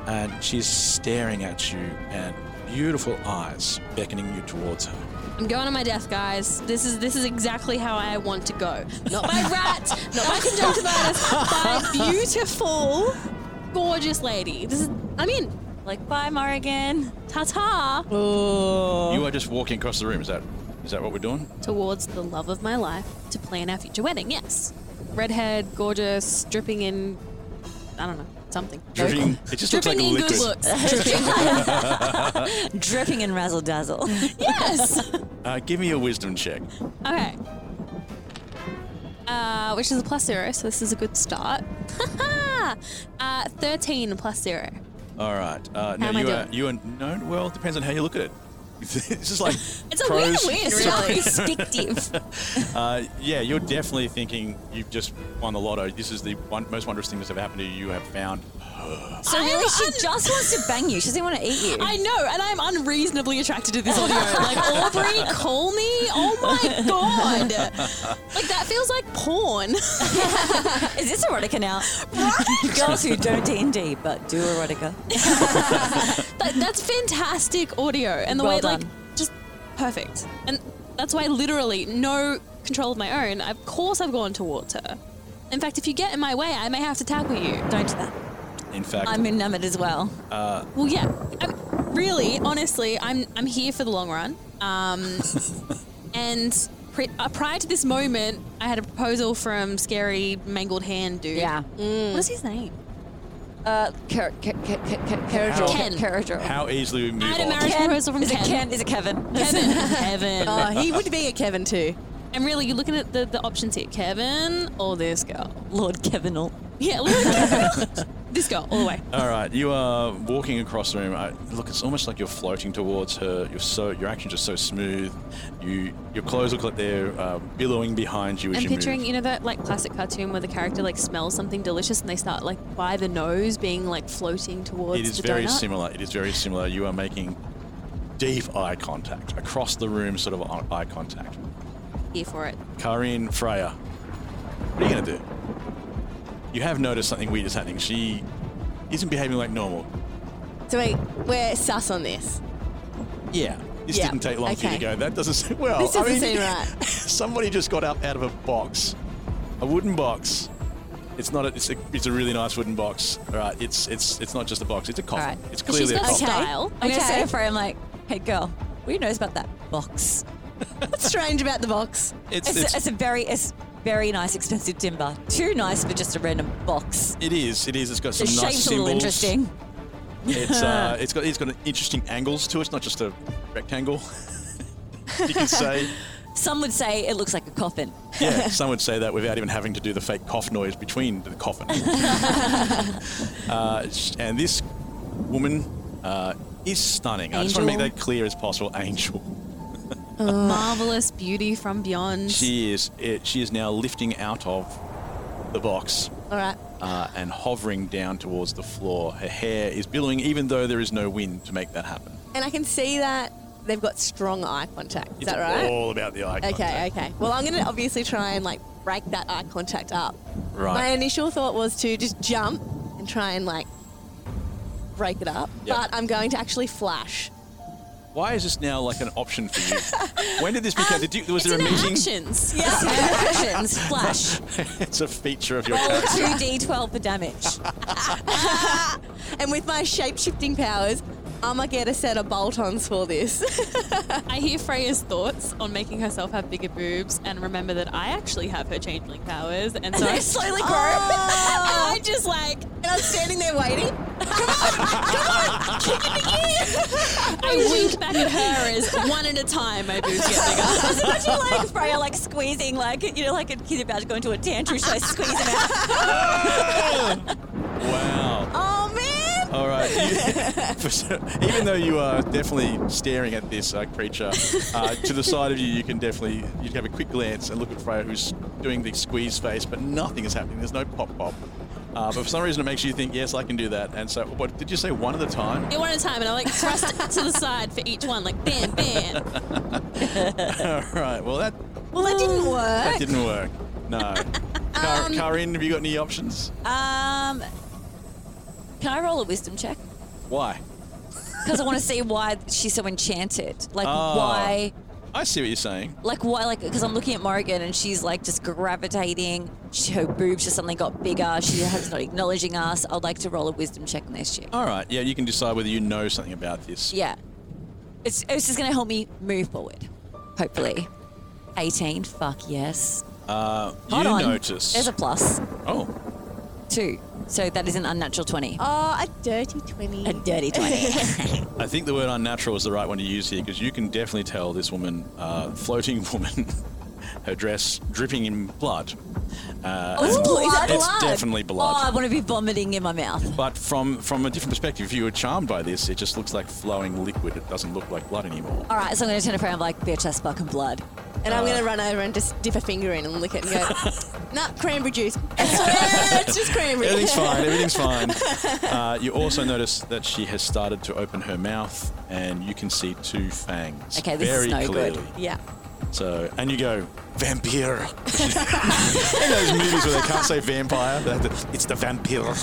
S1: and she's staring at you, and beautiful eyes beckoning you towards her.
S2: I'm going on my death, guys. This is this is exactly how I want to go. Not by rat, not by conjunctivitis, by beautiful, gorgeous lady. This is I'm in.
S3: Like, bye, Morrigan.
S2: Ta-ta
S1: You are just walking across the room. Is that is that what we're doing?
S2: towards the love of my life to plan our future wedding. Yes, redhead, gorgeous, dripping in, I don't know, something.
S1: Dripping. It just looks like
S2: dripping in
S1: liquid.
S2: good looks.
S3: Dripping in razzle dazzle.
S2: yes.
S1: Uh, give me a wisdom check.
S2: Okay. Uh, which is a plus zero, so this is a good start. uh, Thirteen plus zero.
S1: All right. Uh,
S2: am
S1: now
S2: I
S1: you are
S2: doing?
S1: you are no. Well, it depends on how you look at it. this is like
S2: It's a
S1: pros.
S2: win-win,
S1: it's a
S2: really.
S3: Addictive.
S1: Uh, yeah, you're definitely thinking you've just won the lotto. This is the one, most wondrous thing that's ever happened to you. You have found.
S3: So
S2: I'm
S3: really, she
S2: un-
S3: just wants to bang you. She doesn't want to eat you.
S2: I know, and I'm unreasonably attracted to this audio. Like, Aubrey, call me? Oh my god. Like, that feels like porn.
S3: Is this erotica now? Girls who don't D and D but do erotica.
S2: That, that's fantastic audio. And the
S3: Well
S2: way,
S3: done.
S2: like, just perfect. And that's why, literally, no control of my own, of course I've gone towards her. In fact, if you get in my way, I may have to tackle you.
S3: Don't do that.
S1: In fact,
S3: I'm enamored as well.
S2: Well, yeah. I mean, really, honestly, I'm I'm here for the long run. Um, and pre- uh, prior to this moment, I had a proposal from scary mangled hand dude. What is his name?
S3: Mm. Uh, Ker- Ker- Ker- Ker- Ker- Keradrol.
S2: Ken.
S3: Keradrol.
S1: how easily we move
S2: I had a
S1: on.
S2: marriage proposal from
S3: Is it
S2: Ken.
S3: Ken? Is it Kevin?
S2: Kevin. Kevin.
S4: Oh, he would be a Kevin too.
S2: and really, you're looking at the, the options here: Kevin or this girl.
S3: Lord Kevinal.
S2: Yeah, look, Kevin. this girl all the way.
S1: All right, you are walking across the room. I, look, it's almost like you're floating towards her. You're so your actions are so smooth. You your clothes look like they're uh, billowing behind you as
S2: I'm
S1: you
S2: picturing,
S1: move.
S2: you know, that like classic cartoon where the character like smells something delicious and they start like by the nose being like floating towards.
S1: it is
S2: the
S1: very
S2: donut.
S1: similar. It is very similar. You are making deep eye contact across the room, sort of eye contact.
S2: Here for it.
S1: Karin Freya, what are you going to do? You have noticed something weird is happening. She isn't behaving like normal.
S4: So wait, we're sus on this.
S1: Yeah. This
S4: Yeah,
S1: didn't take long for you
S4: okay.
S1: to go. That doesn't seem well.
S4: This doesn't
S1: Oh, I mean,
S4: seem right.
S1: Somebody just got up out of a box, a wooden box. It's not. A, it's, a, it's a really nice wooden box. All right. It's it's it's not just a box. It's a coffin.
S3: right.
S1: It's
S2: She's
S1: clearly a
S2: got
S1: coffin.
S2: style.
S3: I'm gonna
S4: Okay.
S3: say to Freya, I'm like, hey girl, what do you know about that box?
S4: What's strange about the box?
S1: It's,
S3: It's,
S1: it's,
S3: a, it's a very, it's very nice, expensive timber. Too nice for just a random box.
S1: it is. It is. It's got
S3: The
S1: some nice
S3: shape's a little
S1: symbols.
S3: interesting.
S1: It's uh, it's got it's got interesting angles to it. It's not just a rectangle. you can say.
S3: Some would say it looks like a coffin.
S1: Yeah, some would say that without even having to do the fake cough noise between the coffin. uh, sh- and this woman uh, is stunning. I just want to make
S2: Angel.
S1: that clear as possible. Angel.
S2: marvelous beauty from beyond.
S1: She is. It, she is now lifting out of the box
S4: All right.
S1: uh, and hovering down towards the floor. Her hair is billowing, even though there is no wind to make that happen.
S4: And I can see that they've got strong eye contact. Is
S1: It's
S4: that right?
S1: All about the eye
S4: Okay,
S1: contact.
S4: okay. Well, I'm going to obviously try and like break that eye contact up.
S1: Right.
S4: My initial thought was to just jump and try and like break it up,
S1: Yep.
S4: but I'm going to actually flash.
S1: Why is this now like an option for you? when did this
S4: Um,
S1: become? did you, was
S2: it's
S1: there a
S2: in her
S1: meeting?
S2: actions. Yeah.
S3: Yes, actions, flash.
S1: it's a feature of your character.
S3: 2d12 for damage.
S4: And with my shape shifting powers, I'm going to get a set of bolt ons for this.
S2: I hear Freya's thoughts on making herself have bigger boobs and remember that I actually have her changeling powers and so I slowly grow. and I just like
S4: and I'm standing there waiting.
S2: I wink back at her as one at a time my boobs get bigger.
S3: I was imagining like Freya like squeezing, like you know, like a kid about to go into a tantrum, so I squeeze him out.
S1: Wow.
S4: Oh, man.
S1: All right. You- so, even though you are definitely staring at this uh, creature, uh, to the side of you, you can definitely you can have a quick glance and look at Freya, who's doing the squeeze face, but nothing is happening. There's no pop pop. Uh, but for some reason, it makes you think, yes, I can do that. And so, what did you say? One at a time.
S2: At one at a time and I like thrust it to the side for each one, like bam, bam.
S1: All right. Well, that
S4: Well, that didn't work.
S1: that didn't work. No. Kar- Karin, have you got any options?
S3: Um, can I roll a wisdom check?
S1: Why?
S3: Because I want to see why she's so enchanted. Like
S1: Oh.
S3: why?
S1: I see what you're saying.
S3: Like why? Like because I'm looking at Morrigan and she's like just gravitating. She, her boobs just suddenly got bigger. She has not acknowledging us. I'd like to roll a wisdom check next year.
S1: All right. Yeah, you can decide whether you know something about this.
S3: Yeah, it's it's just gonna help me move forward. Hopefully, 18. Fuck yes.
S1: Uh, you
S3: Hold on.
S1: notice.
S3: There's a plus.
S1: oh.
S3: Two. So that is an unnatural 20.
S4: Oh, a dirty 20.
S3: A dirty 20.
S1: I think the word unnatural is the right one to use here because you can definitely tell this woman, uh, floating woman, her dress dripping in blood. Uh,
S3: It's,
S1: and
S3: blo- is that
S1: it's
S3: blood?
S1: definitely blood.
S3: Oh, I want to be vomiting in my mouth.
S1: But from from a different perspective, if you were charmed by this, it just looks like flowing liquid. It doesn't look like blood anymore.
S3: All right, so I'm going to turn around and be like, bitch, that's fucking blood.
S4: And I'm going to run over and just dip a finger in and lick it and go, nah, cranberry juice. it's just cranberry.
S1: Everything's fine. Everything's fine. Uh, you also notice that she has started to open her mouth, and you can see two fangs
S3: Okay, this is
S1: very
S3: no good.
S1: clearly.
S4: Yeah.
S1: So, and you go vampire. In those movies where they can't say vampire, they have to, it's the vampire.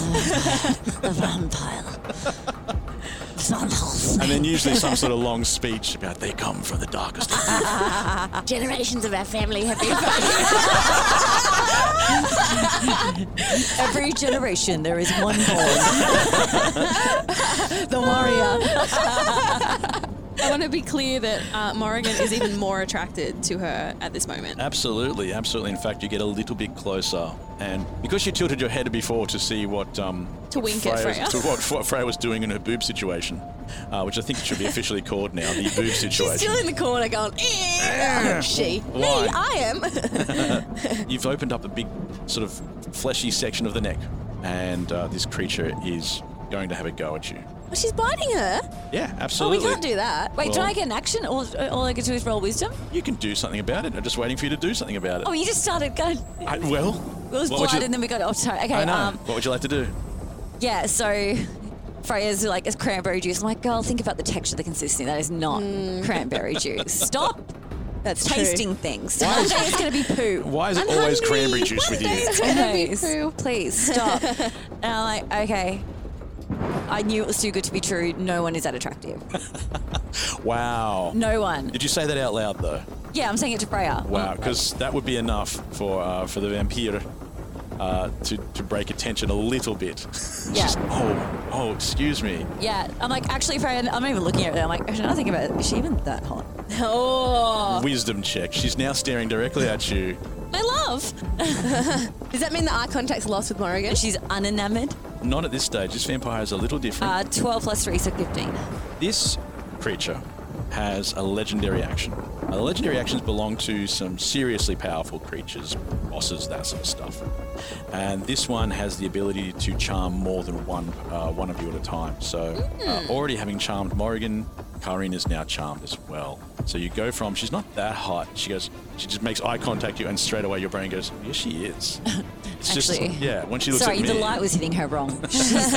S3: The vampire. Vampires.
S1: And then usually some sort of long speech about they come from the darkest. of-"
S2: Generations of our family have been.
S3: Every generation, there is one born. the warrior.
S2: I want to be clear that uh, Morrigan is even more attracted to her at this moment.
S1: absolutely, absolutely. In fact, you get a little bit closer, and because you tilted your head before to see what um,
S2: To
S1: what
S2: wink at Freya.
S1: to what, what Freya was doing in her boob situation, uh, which I think should be officially called now the boob situation.
S4: She's still in the corner going, eh. she.
S1: Why?
S4: Me, I am.
S1: You've opened up a big, sort of fleshy section of the neck, and uh, this creature is going to have a go at you.
S4: Well, she's biting her.
S1: Yeah,
S4: Oh, we
S1: absolutely.
S4: can't do that.
S3: Wait, do
S1: Well-
S3: I get an action? All, all I can do is roll wisdom?
S1: You can do something about it. I'm just waiting for you to do something about it.
S3: Oh, you just started going.
S1: I- well,
S3: It was
S1: what would
S3: blood,
S1: you-
S3: and then we got. Oh, sorry. Okay.
S1: I know.
S3: Um,
S1: what would you like to do?
S3: yeah. So Freya's like, "It's cranberry juice." I'm like, "Girl, think about the texture, the consistency. That is not cranberry juice. Stop
S4: That's
S3: tasting things. One day it's gonna be poo."
S1: Why is it
S4: I'm
S1: always
S4: hungry.
S1: cranberry juice with you?
S4: It's gonna be
S3: Please,
S4: poo.
S3: Please stop. and I'm like, "Okay." I knew it was too good to be true. No one is that attractive.
S1: Wow.
S3: No uh, one.
S1: Did you say that out loud though?
S3: Yeah, I'm saying it to Freya.
S1: Wow, because that would be enough for uh, for the vampire uh, to to break attention a little bit. It's
S3: Yeah.
S1: just, oh, oh, excuse me.
S3: Yeah, I'm like, actually, Freya. I'm not even looking at her. I'm like, I'm not thinking about it. Is she even that hot?
S4: Oh.
S1: Wisdom check. She's now staring directly at you.
S4: My love. Does that mean the eye contact's lost with Morrigan?
S3: She's unenamored.
S1: Not at this stage. This vampire is a little different.
S3: Uh, 12 plus 3, so 15.
S1: This creature has a legendary action. Uh, legendary actions belong to some seriously powerful creatures, bosses, that sort of stuff. And this one has the ability to charm more than one uh, one of you at a time. So,
S3: Hmm.
S1: uh, already having charmed Morrigan, Karin is now charmed as well. So you go from she's not that hot. She goes, she just makes eye contact you, and straight away your brain goes, yes, she is. It's
S3: Actually-
S1: just yeah. When she looks
S3: Sorry,
S1: at me,
S3: the light was hitting her wrong. She's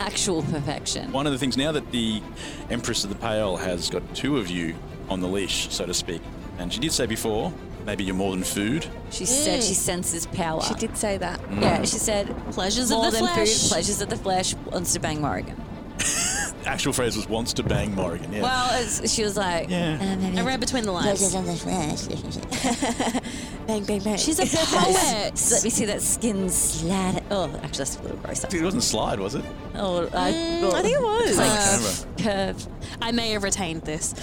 S3: actual perfection.
S1: One of the things now that the Empress of the Pale has got two of you on the leash, so to speak, and she did say before, maybe you're more than food.
S3: She said she senses power.
S4: Mm. She did say that.
S1: Mm.
S3: Yeah, she said
S2: Pleasures of
S3: more
S2: the
S3: than
S2: flesh."
S3: food, pleasures of the flesh, wants to bang Morrigan.
S1: The actual phrase was wants to bang Morrigan. Yeah.
S3: Well, it's, she was like,
S1: Yeah.
S3: "Uh,
S4: um,
S3: maybe
S2: I read between the lines.
S3: pleasures of the flesh.
S4: Bang, bang, bang.
S2: She's a poet.
S3: So let me see that skin slat. Oh, actually, that's a little gross.
S1: it wasn't slide, was it?
S3: Oh, I, oh.
S4: I think it was.
S1: Can't
S3: curve.
S2: I may have retained this.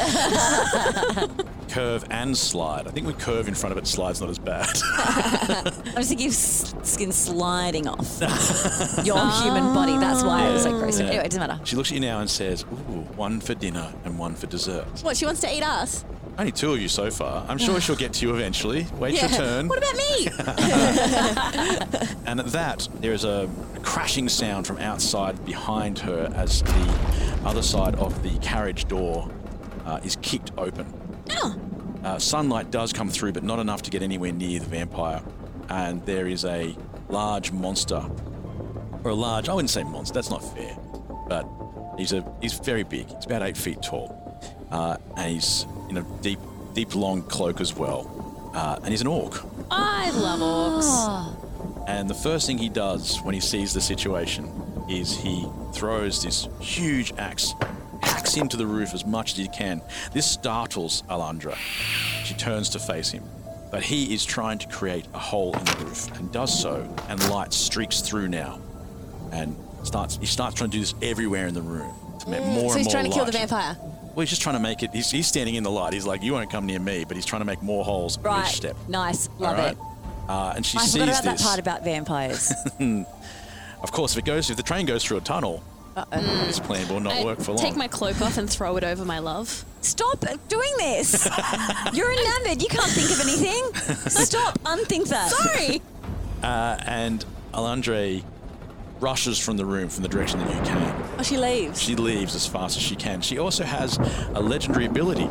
S1: remember. Curve and slide. I think we curve in front of it. Slide's not as bad.
S3: I was thinking of s- skin sliding off your human body. That's why it was like gross.
S1: Yeah.
S3: Anyway, it doesn't matter.
S1: she looks at you now and says, "Ooh, one for dinner and one for dessert."
S4: what, she wants to eat us?
S1: Only two of you so far. I'm sure she'll get to you eventually. Wait your turn.
S4: What about me?
S1: And at that, there is a crashing sound from outside behind her as the other side of the carriage door uh, is kicked open. Uh, sunlight does come through, but not enough to get anywhere near the vampire. And there is a large monster, or a large, I wouldn't say monster, that's not fair, but he's, a, he's very big. He's about eight feet tall. Uh, and he's in a deep, deep, long cloak as well. Uh, and he's an orc.
S2: I love orcs.
S1: And the first thing he does when he sees the situation is he throws this huge axe, hacks into the roof as much as he can. This startles Alandra. She turns to face him. But he is trying to create a hole in the roof and does so, and light streaks through now. And starts he starts trying to do this everywhere in the room. To
S3: Mm,
S1: make more and
S4: so he's
S1: more
S4: trying to kill the
S1: light.
S4: vampire.
S1: Well, he's just trying to make it. He's, he's standing in the light. He's like, "You won't come near me," but he's trying to make more holes
S3: Right.
S1: each step.
S3: Nice.
S1: All
S3: Love
S1: right?
S3: it.
S1: Uh, and she
S3: I
S1: sees
S3: forgot about
S1: this.
S3: that part about vampires.
S1: Of course, if it goes, if the train goes through a tunnel, this plan will not
S2: I
S1: work for long.
S2: take my cloak off and throw it over my love.
S3: Stop doing this. You're enamored. You can't think of anything. Stop. Unthink that. Sorry.
S1: and Alundre rushes from the room from the direction that you came.
S4: Oh, she leaves.
S1: She leaves as fast as she can. She also has a legendary ability,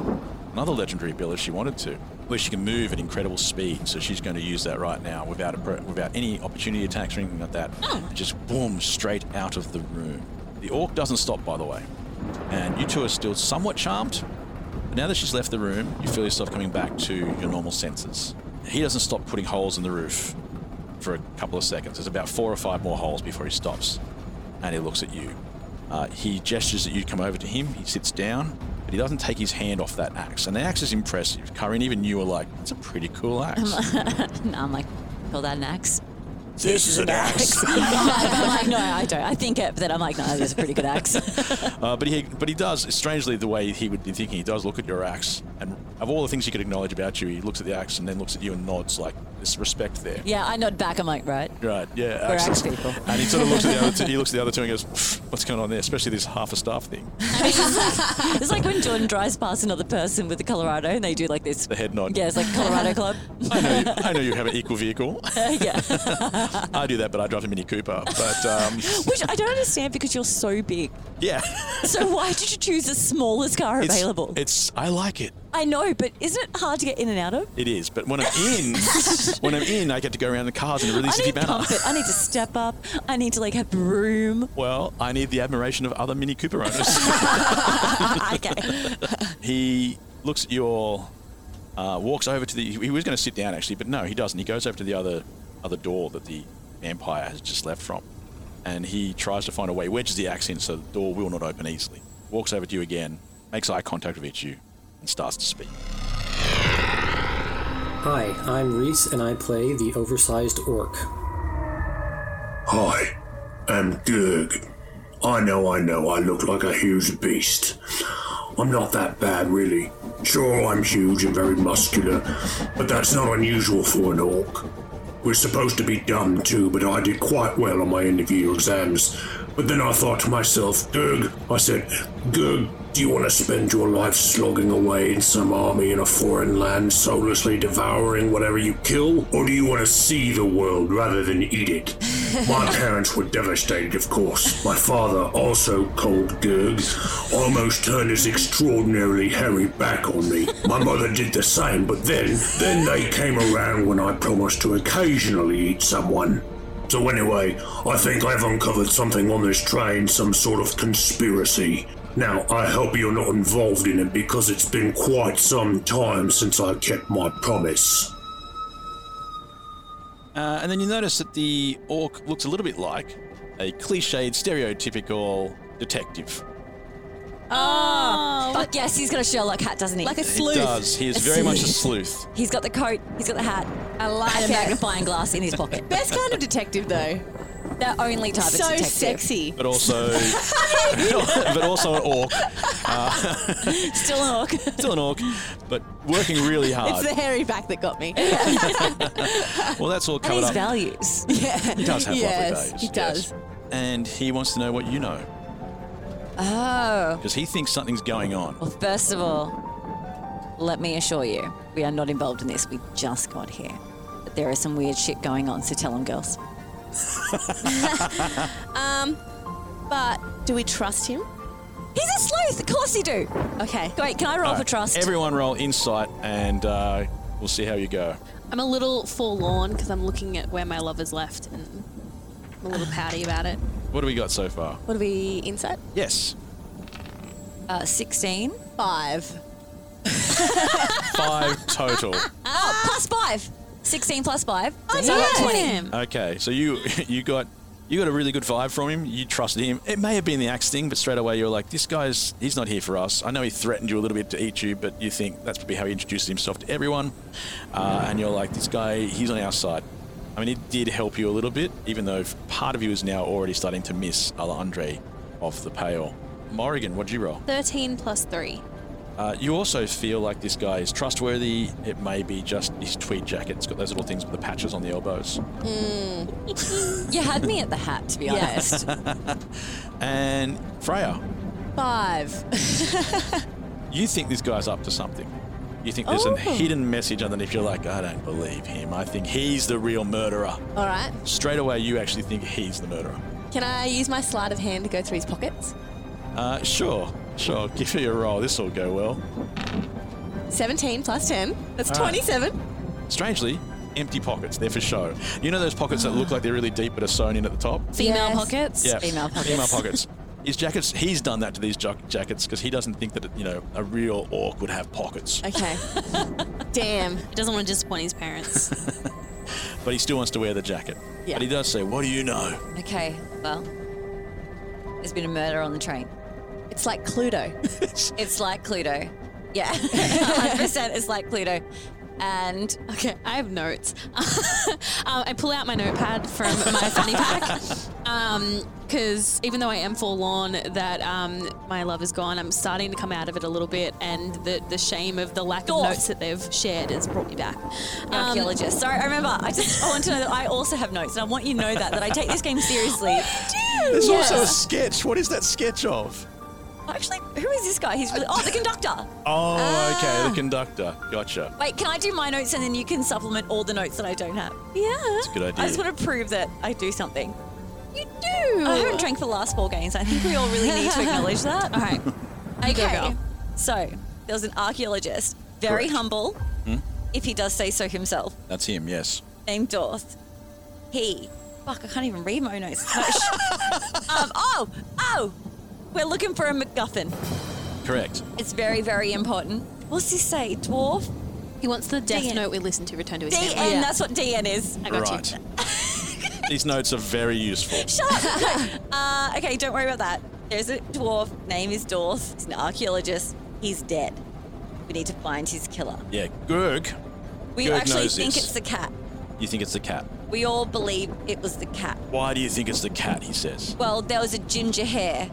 S1: another legendary ability she wanted to, where she can move at incredible speed. So she's going to use that right now without a, pro- without any opportunity attacks or anything like that.
S4: Oh.
S1: And Just boom, straight out of the room. The orc doesn't stop, by the way. And you two are still somewhat charmed. But now that she's left the room, you feel yourself coming back to your normal senses. He doesn't stop putting holes in the roof for a couple of seconds. There's about four or five more holes before he stops, and he looks at you. Uh, he gestures that you come over to him. He sits down, but he doesn't take his hand off that axe. And the axe is impressive. Karin, even you were like, "That's a pretty cool axe."
S3: No, I'm like, call that an axe.
S1: this is an axe.
S3: I'm like, no, I don't. I think it, but then I'm like, no, that is a pretty good axe.
S1: Uh, but he, but he does. Strangely, the way he would be thinking, he does look at your axe, and of all the things he could acknowledge about you, he looks at the axe and then looks at you and nods like there's respect there.
S3: yeah, I nod back. I'm like, right.
S1: Right, yeah.
S3: We're axe
S1: axes.
S3: people.
S1: And he sort of looks at the other two, he looks at the other two and goes, "Pff, "What's going on there?" Especially this half a staff thing.
S3: It's like when Jordan drives past another person with a Colorado and they do like this.
S1: The head nod.
S3: Yeah, it's like Colorado Club.
S1: I know, you, I know you have an equal vehicle.
S3: yeah.
S1: I do that, but I drive a Mini Cooper. But um,
S3: Which I don't understand because you're so big.
S1: yeah,
S3: So why did you choose the smallest car
S1: it's,
S3: available?
S1: It's I like it.
S3: I know, but isn't it hard to get in and out of?
S1: It is, but when I'm in, when I'm in, I get to go around the cars in a really
S3: I
S1: city
S3: need
S1: manner.
S3: comfort. I need to step up. I need to like have room.
S1: Well, I need the admiration of other Mini Cooper owners.
S3: okay.
S1: he looks at your, uh, walks over to the. He was going to sit down actually, but no, he doesn't. He goes over to the other other door that the vampire has just left from, and he tries to find a way. Wedges the axe in so the door will not open easily. Walks over to you again, makes eye contact with you, and starts to speak.
S9: Hi, I'm Reese and I play the oversized orc.
S10: Hi, I'm Dirk. I know, I know, I look like a huge beast. I'm not that bad, really. Sure, I'm huge and very muscular, but that's not unusual for an orc. We're supposed to be dumb too, but I did quite well on my end of year exams. But then I thought to myself, Gerg, I said, Gerg, do you want to spend your life slogging away in some army in a foreign land, soullessly devouring whatever you kill? Or do you want to see the world rather than eat it? My parents were devastated, of course. My father, also called Gerg, almost turned his extraordinarily hairy back on me. My mother did the same, but then, then they came around when I promised to occasionally eat someone. So anyway, I think I've uncovered something on this train, some sort of conspiracy. Now, I hope you're not involved in it because it's been quite some time since I kept my promise.
S1: Uh, and then you notice that the orc looks a little bit like a cliched, stereotypical detective.
S3: Fuck yes, he's got Oh, a Sherlock hat, doesn't he?
S4: Like a
S1: He
S4: sleuth.
S1: does. He is very much a sleuth.
S3: He's got the coat, he's got the hat,
S4: I like
S3: and a
S4: it.
S3: magnifying glass in his pocket.
S4: Best kind of detective, though.
S3: The only type
S4: so
S3: of detective.
S4: sexy.
S1: But also, but also an orc.
S3: Still an orc.
S1: Still an orc, but working really
S4: It's
S1: hard.
S4: the hairy back that got me.
S1: Well, that's all
S3: and
S1: covered
S3: his
S1: up.
S3: values.
S4: yeah.
S1: He does have
S4: yes,
S1: lovely days.
S4: He does.
S1: yes. And he wants to know what you know
S3: Oh.
S1: because he thinks something's going on.
S3: Well, first of all, let me assure you, we are not involved in this. We just got here. But there is some weird shit going on, so tell them, girls.
S4: But do we trust him?
S3: He's a sleuth. Of course he do.
S4: Okay.
S3: Great. Can I roll for
S1: Alright,
S3: trust?
S1: Everyone roll insight, and uh, we'll see how you go.
S2: I'm a little forlorn because I'm looking at where my lover's left and I'm a little pouty about it.
S1: What do we got so far?
S2: What do we insight?
S1: Yes,
S3: uh, 16.
S4: Five.
S1: five total.
S3: Oh, plus five. 16 plus five. Oh,
S2: So
S3: so
S2: I got
S3: I'm 20.
S2: 20.
S1: Okay, so you you got you got a really good vibe from him. You trusted him. It may have been the axe thing, but straight away you're like, this guy's he's not here for us. I know he threatened you a little bit to eat you, but you think that's probably how he introduces himself to everyone, uh, and you're like, this guy, he's on our side. I mean, it did help you a little bit, even though part of you is now already starting to miss Andre off the pale. Morrigan, what'd you roll?
S2: 13 plus 3.
S1: Uh, you also feel like this guy is trustworthy. It may be just his tweed jacket's got those little things with the patches on the elbows.
S3: You had me at the hat, to be honest.
S1: And Freya,
S4: Five.
S1: You think this guy's up to something. You think there's
S2: Oh.
S1: a hidden message underneath. You're like, I don't believe him. I think he's the real murderer.
S4: All right.
S1: Straight away, you actually think he's the murderer.
S4: Can I use my sleight of hand to go through his pockets?
S1: Uh, sure, sure. Give me a roll. This will go well.
S4: 17 plus 10. That's
S1: All right.
S4: 27.
S1: Strangely, empty pockets. They're for show. You know those pockets that look like they're really deep but are sewn in at the top?
S2: Female
S4: Yes.
S2: pockets.
S3: Female pockets.
S1: Female pockets. His jackets. He's done that to these jo- jackets because he doesn't think that you know a real orc would have pockets.
S4: Okay. Damn.
S2: He doesn't want to disappoint his parents.
S1: But he still wants to wear the jacket.
S4: Yeah.
S1: But he does say, "What do you know?"
S3: Okay, well, there's been a murder on the train.
S4: It's like Cluedo.
S3: It's like Cluedo. Yeah, 100% it's like Cluedo. And
S2: Okay, I have notes. um, I pull out my notepad from my fanny pack because even though I am forlorn that um, my love is gone, I'm starting to come out of it a little bit, and the, the shame of the lack of
S3: Thoughts.
S2: notes that they've shared has brought me back. Um,
S3: archaeologist. Sorry, I remember. I just I want to know that I also have notes, and I want you to know that that I take this game seriously.
S1: There's also a sketch. What is that sketch of?
S3: Actually, who is this guy? He's really oh the conductor.
S1: Oh,
S3: Ah.
S1: okay. The conductor. Gotcha.
S3: Wait, can I do my notes and then you can supplement all the notes that I don't have?
S2: yeah.
S1: That's a good idea.
S3: I just want to prove that I do something.
S2: You do.
S3: I haven't drank the last four games. I think we all really need to acknowledge that.
S2: All right.
S3: Okay.
S2: girl.
S3: So there was an archaeologist, very
S1: Correct. Hmm?
S3: humble, if he does say so himself,
S1: That's him. Yes.
S3: named Dorth. He, fuck, I can't even read my notes. No, sh- um, oh, oh, we're looking for a MacGuffin.
S1: Correct.
S3: It's very, very important. What's this say? Dwarf?
S2: He wants the death
S3: DN.
S2: note we listened to returned to his
S3: DN,
S2: family.
S3: that's what DN is. I got
S1: right.
S3: you.
S1: These notes are very useful.
S3: Shut up. No. uh, okay, don't worry about that. There's a dwarf, name is Dorth. He's an archaeologist. He's dead. We need to find his killer.
S1: Yeah. Gerg.
S3: We
S1: Gerg
S3: actually
S1: knows
S3: think
S1: this.
S3: it's the cat.
S1: You think it's the cat.
S3: We all believe it was the cat.
S1: Why do you think it's the cat? He says.
S3: Well, there was a ginger hair.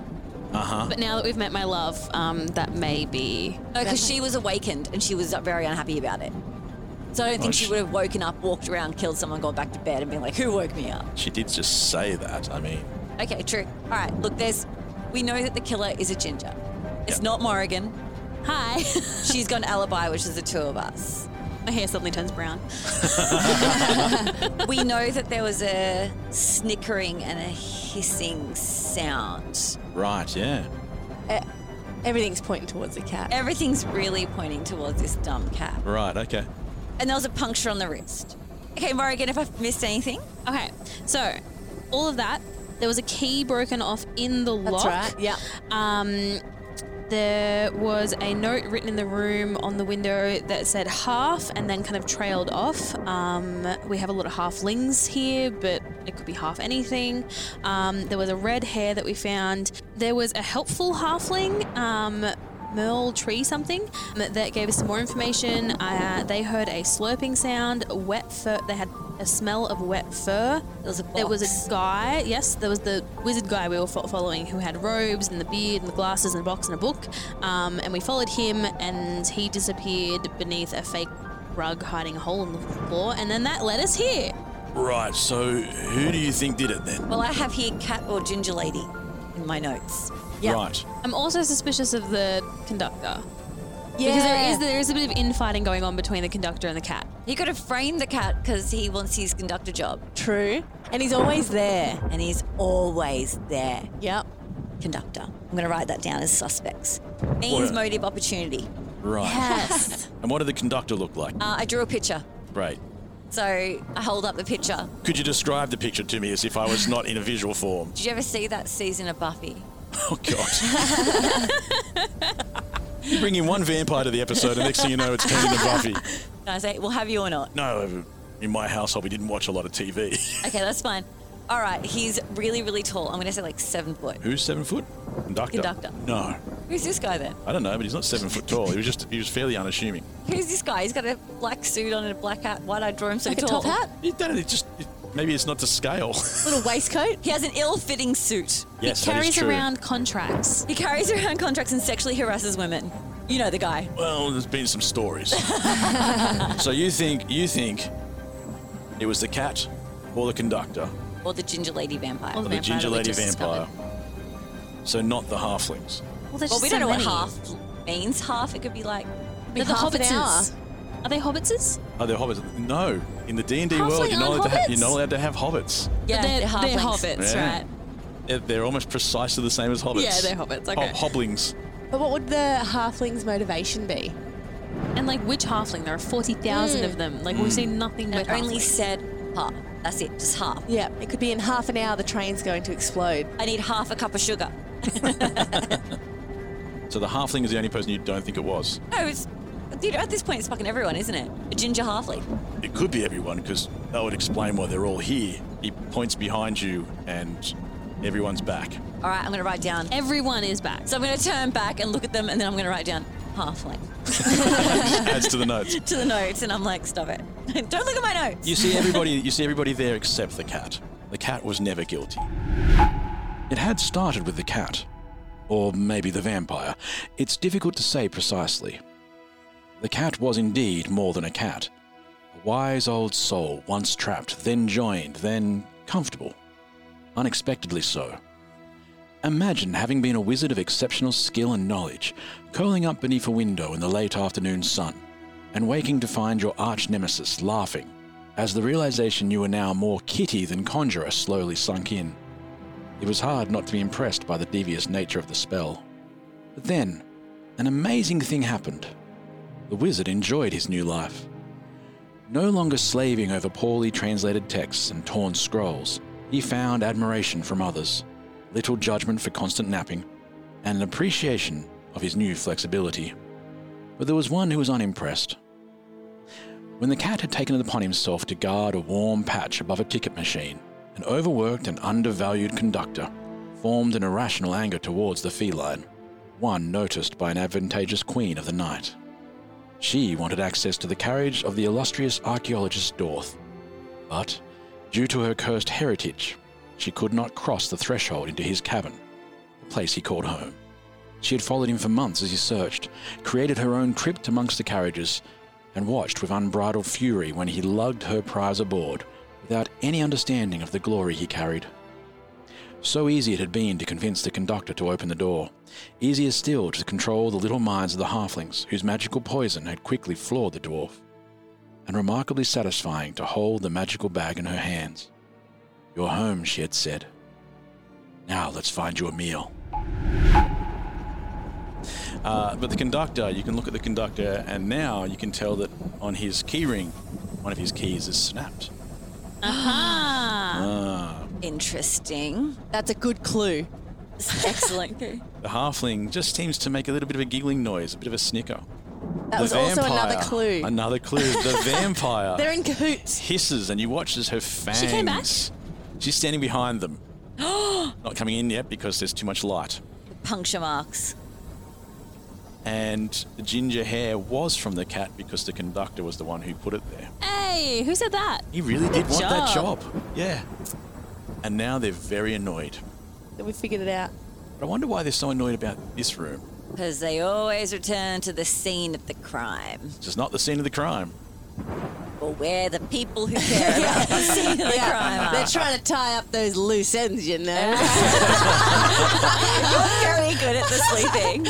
S2: But now that we've met my love, um, that may be.
S3: No, because she was awakened and she was very unhappy about it. So I don't think
S1: Oh,
S3: she
S1: sh-
S3: would have woken up, walked around, killed someone, gone back to bed, and been like, "Who woke me up?"
S1: She did just say that. I mean,
S3: Okay, true. All right, look, there's. We know that the killer is a ginger. It's
S1: Yep.
S3: not Morrigan.
S2: Hi.
S3: She's got an alibi, which is the two of us.
S2: my hair suddenly turns brown.
S3: We know that there was a snickering and a hissing sound.
S1: right. Yeah.
S4: Everything's pointing towards the cat.
S3: Everything's really pointing towards this dumb cat.
S1: Right. Okay.
S3: And there was a puncture on the wrist. Okay, Morrigan, if I've missed anything,
S2: Okay, so all of that. There was a key broken off in the lock.
S4: Yeah.
S2: Um, there was a note written in the room on the window that said half and then kind of trailed off. Um, we have a lot of halflings here, but it could be half anything. Um, there was a red hair that we found. There was a helpful halfling. Um, Merle Tree something that that gave us some more information. Uh, they heard a slurping sound, a wet fur. They had a smell of wet fur.
S3: there was a box.
S2: There was a guy, yes, there was the wizard guy we were fo- following who had robes and the beard and the glasses and a box and a book. Um, and we followed him and he disappeared beneath a fake rug hiding a hole in the floor. And then that led us here.
S1: Right. So who do you think did it then?
S3: Well, I have here cat or ginger lady in my notes.
S1: Right.
S2: I'm also suspicious of the conductor.
S4: Yeah.
S2: Because there is, there is a bit of infighting going on between the conductor and the cat.
S3: He could have framed the cat because he wants his conductor job.
S4: True. And he's always there.
S3: And he's always there.
S4: Yep.
S3: Conductor. I'm going to write that down as suspects. Means,
S1: What?
S3: motive, opportunity.
S1: Right.
S4: Yes.
S1: And what did the conductor look like?
S3: Uh, I drew a picture.
S1: Great.
S3: So I hold up the picture.
S1: Could you describe the picture to me as if I was not in a visual form?
S3: Did you ever see that season of Buffy?
S1: Oh God. you bring in one vampire to the episode, and next thing you know, it's Kevin and Buffy.
S3: And I say, we'll have you or not.
S1: No, in my household, we didn't watch a lot of TV.
S3: Okay, that's fine. All right, he's really, really tall. I'm going to say like seven foot.
S1: Who's seven foot? Conductor.
S3: Conductor.
S1: No,
S3: Who's this guy then?
S1: I don't know, but he's not seven foot tall. He was just—he was fairly unassuming.
S3: Who's this guy? He's got a black suit on and a black hat. Why'd I draw him so
S4: Like a
S3: tall?
S4: top hat,
S1: He done it. It just it- maybe it's not to scale.
S4: little waistcoat.
S3: He has an ill-fitting suit.
S1: yes,
S2: he
S1: that is
S2: carries
S1: true.
S2: around contracts.
S3: He carries around contracts and sexually harasses women. You know the guy.
S1: Well, there's been some stories. so you think you think it was the cat or the conductor
S3: Or the ginger lady vampire.
S2: Or
S1: or
S2: the
S1: the
S2: vampire
S1: ginger
S2: that we
S1: lady
S2: just discovered.
S1: vampire? So not the halflings.
S2: Well, there's
S3: Well,
S2: just
S3: we
S2: so
S3: don't know what
S2: many.
S3: half means half. It could be like
S2: They're the
S3: half an
S2: hobbitses. Are they hobbitses?
S1: Are there Oh, hobbits? No. In the D and D
S2: Halfling
S1: world, you're not,
S2: aren't
S1: allowed to ha- you're
S2: hobbits?
S1: not allowed to have hobbits.
S3: Yeah,
S2: they're,
S3: they're
S2: they're
S3: halflings.
S2: hobbits,
S1: Yeah.
S2: right?
S1: They're, they're almost precisely the same as hobbits.
S2: Yeah, they're hobbits.
S1: Hob-
S2: Okay.
S1: hobblings.
S4: But what would the halfling's motivation be?
S2: And like which halfling? There are forty thousand of them. Like we've seen nothing
S3: And
S2: but
S3: it only
S2: halflings.
S3: said half. That's it, just half.
S4: Yeah, it could be in half an hour the train's going to explode.
S3: I need half a cup of sugar.
S1: So the halfling is the only person you don't think it was.
S3: No, it's dude, at this point it's fucking everyone, isn't it? A ginger halfling.
S1: It could be everyone because that would explain why they're all here. He points behind you, and everyone's back.
S3: All right, I'm gonna write down.
S2: everyone is back.
S3: So I'm gonna turn back and look at them, and then I'm gonna write down halfling
S1: Adds to the notes.
S3: to the notes, and I'm like, stop it! Don't look at my notes.
S1: You see everybody. You see everybody there except the cat. The cat was never guilty. It had started with the cat, or maybe the vampire. It's difficult to say precisely. The cat was indeed more than a cat, a wise old soul, once trapped, then joined, then comfortable, unexpectedly so. Imagine having been a wizard of exceptional skill and knowledge, curling up beneath a window in the late afternoon sun, and waking to find your arch nemesis laughing, as the realization you were now more kitty than conjurer slowly sunk in. It was hard not to be impressed by the devious nature of the spell. But then, an amazing thing happened. The wizard enjoyed his new life. No longer slaving over poorly translated texts and torn scrolls, he found admiration from others, little judgment for constant napping, and an appreciation of his new flexibility. But there was one who was unimpressed. When the cat had taken it upon himself to guard a warm patch above a ticket machine, an overworked and undervalued conductor formed an irrational anger towards the feline, one noticed by an advantageous queen of the night. She wanted access to the carriage of the illustrious archaeologist Dorth, but, due to her cursed heritage, she could not cross the threshold into his cabin, the place he called home. She had followed him for months as he searched, created her own crypt amongst the carriages, and watched with unbridled fury when he lugged her prize aboard without any understanding of the glory he carried. So easy it had been to convince the conductor to open the door, easier still to control the little minds of the halflings whose magical poison had quickly floored the dwarf, and remarkably satisfying to hold the magical bag in her hands. Your home, she had said. Now let's find you a meal. Uh, but the conductor, you can look at the conductor, and now you can tell that on his keyring, one of his keys is snapped.
S3: Interesting.
S4: That's a good clue.
S3: Excellent.
S1: The halfling just seems to make a little bit of a giggling noise, a bit of a snicker.
S4: That was also another clue.
S1: Another clue. The vampire
S4: They're in cahoots.
S1: hisses, and you watch as her fangs.
S2: came back?
S1: She's standing behind them. Not coming in yet because there's too much light.
S3: Puncture marks.
S1: And the ginger hair was from the cat because the conductor was the one who put it there.
S2: Hey, who said that?
S1: He really did want that job. Yeah. And now they're very annoyed.
S4: We figured it out.
S1: But I wonder why they're so annoyed about this room.
S3: Because they always return to the scene of the crime,
S1: This is not the scene of the crime.
S3: or where the people who care about the scene of the
S2: Ah.
S3: crime
S4: They're
S3: are.
S4: trying to tie up those loose ends, you know.
S3: Very good at the sleeping.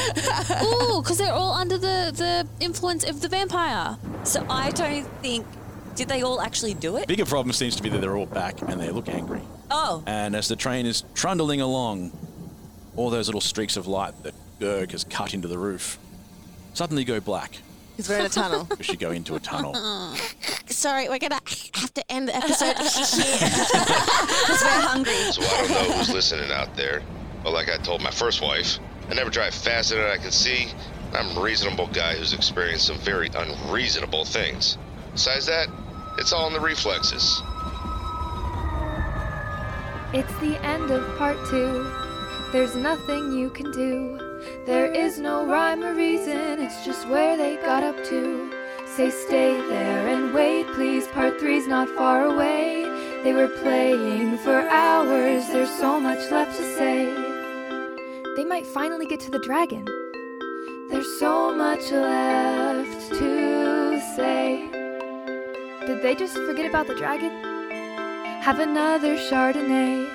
S2: Ooh, because they're all under the, the influence of the vampire.
S3: So I don't think. Did they all actually do it?
S1: Bigger problem seems to be that they're all back and they look angry.
S3: Oh,
S1: And as the train is trundling along, all those little streaks of light that Gerg has cut into the roof suddenly go black
S4: Because we're in a tunnel.
S1: as you go into a tunnel.
S4: Sorry, we're gonna have to end the episode.
S3: because we're hungry.
S6: So I don't know who's listening out there, but like I told my first wife, I never drive faster than I can see. I'm a reasonable guy who's experienced some very unreasonable things. Besides that, it's all in the reflexes.
S8: It's the end of part two. There's nothing you can do. There is no rhyme or reason, it's just where they got up to. Say, stay there and wait, please. Part three's not far away. They were playing for hours, there's so much left to say. They might finally get to the dragon. There's so much left to say. Did they just forget about the dragon? Have another Chardonnay.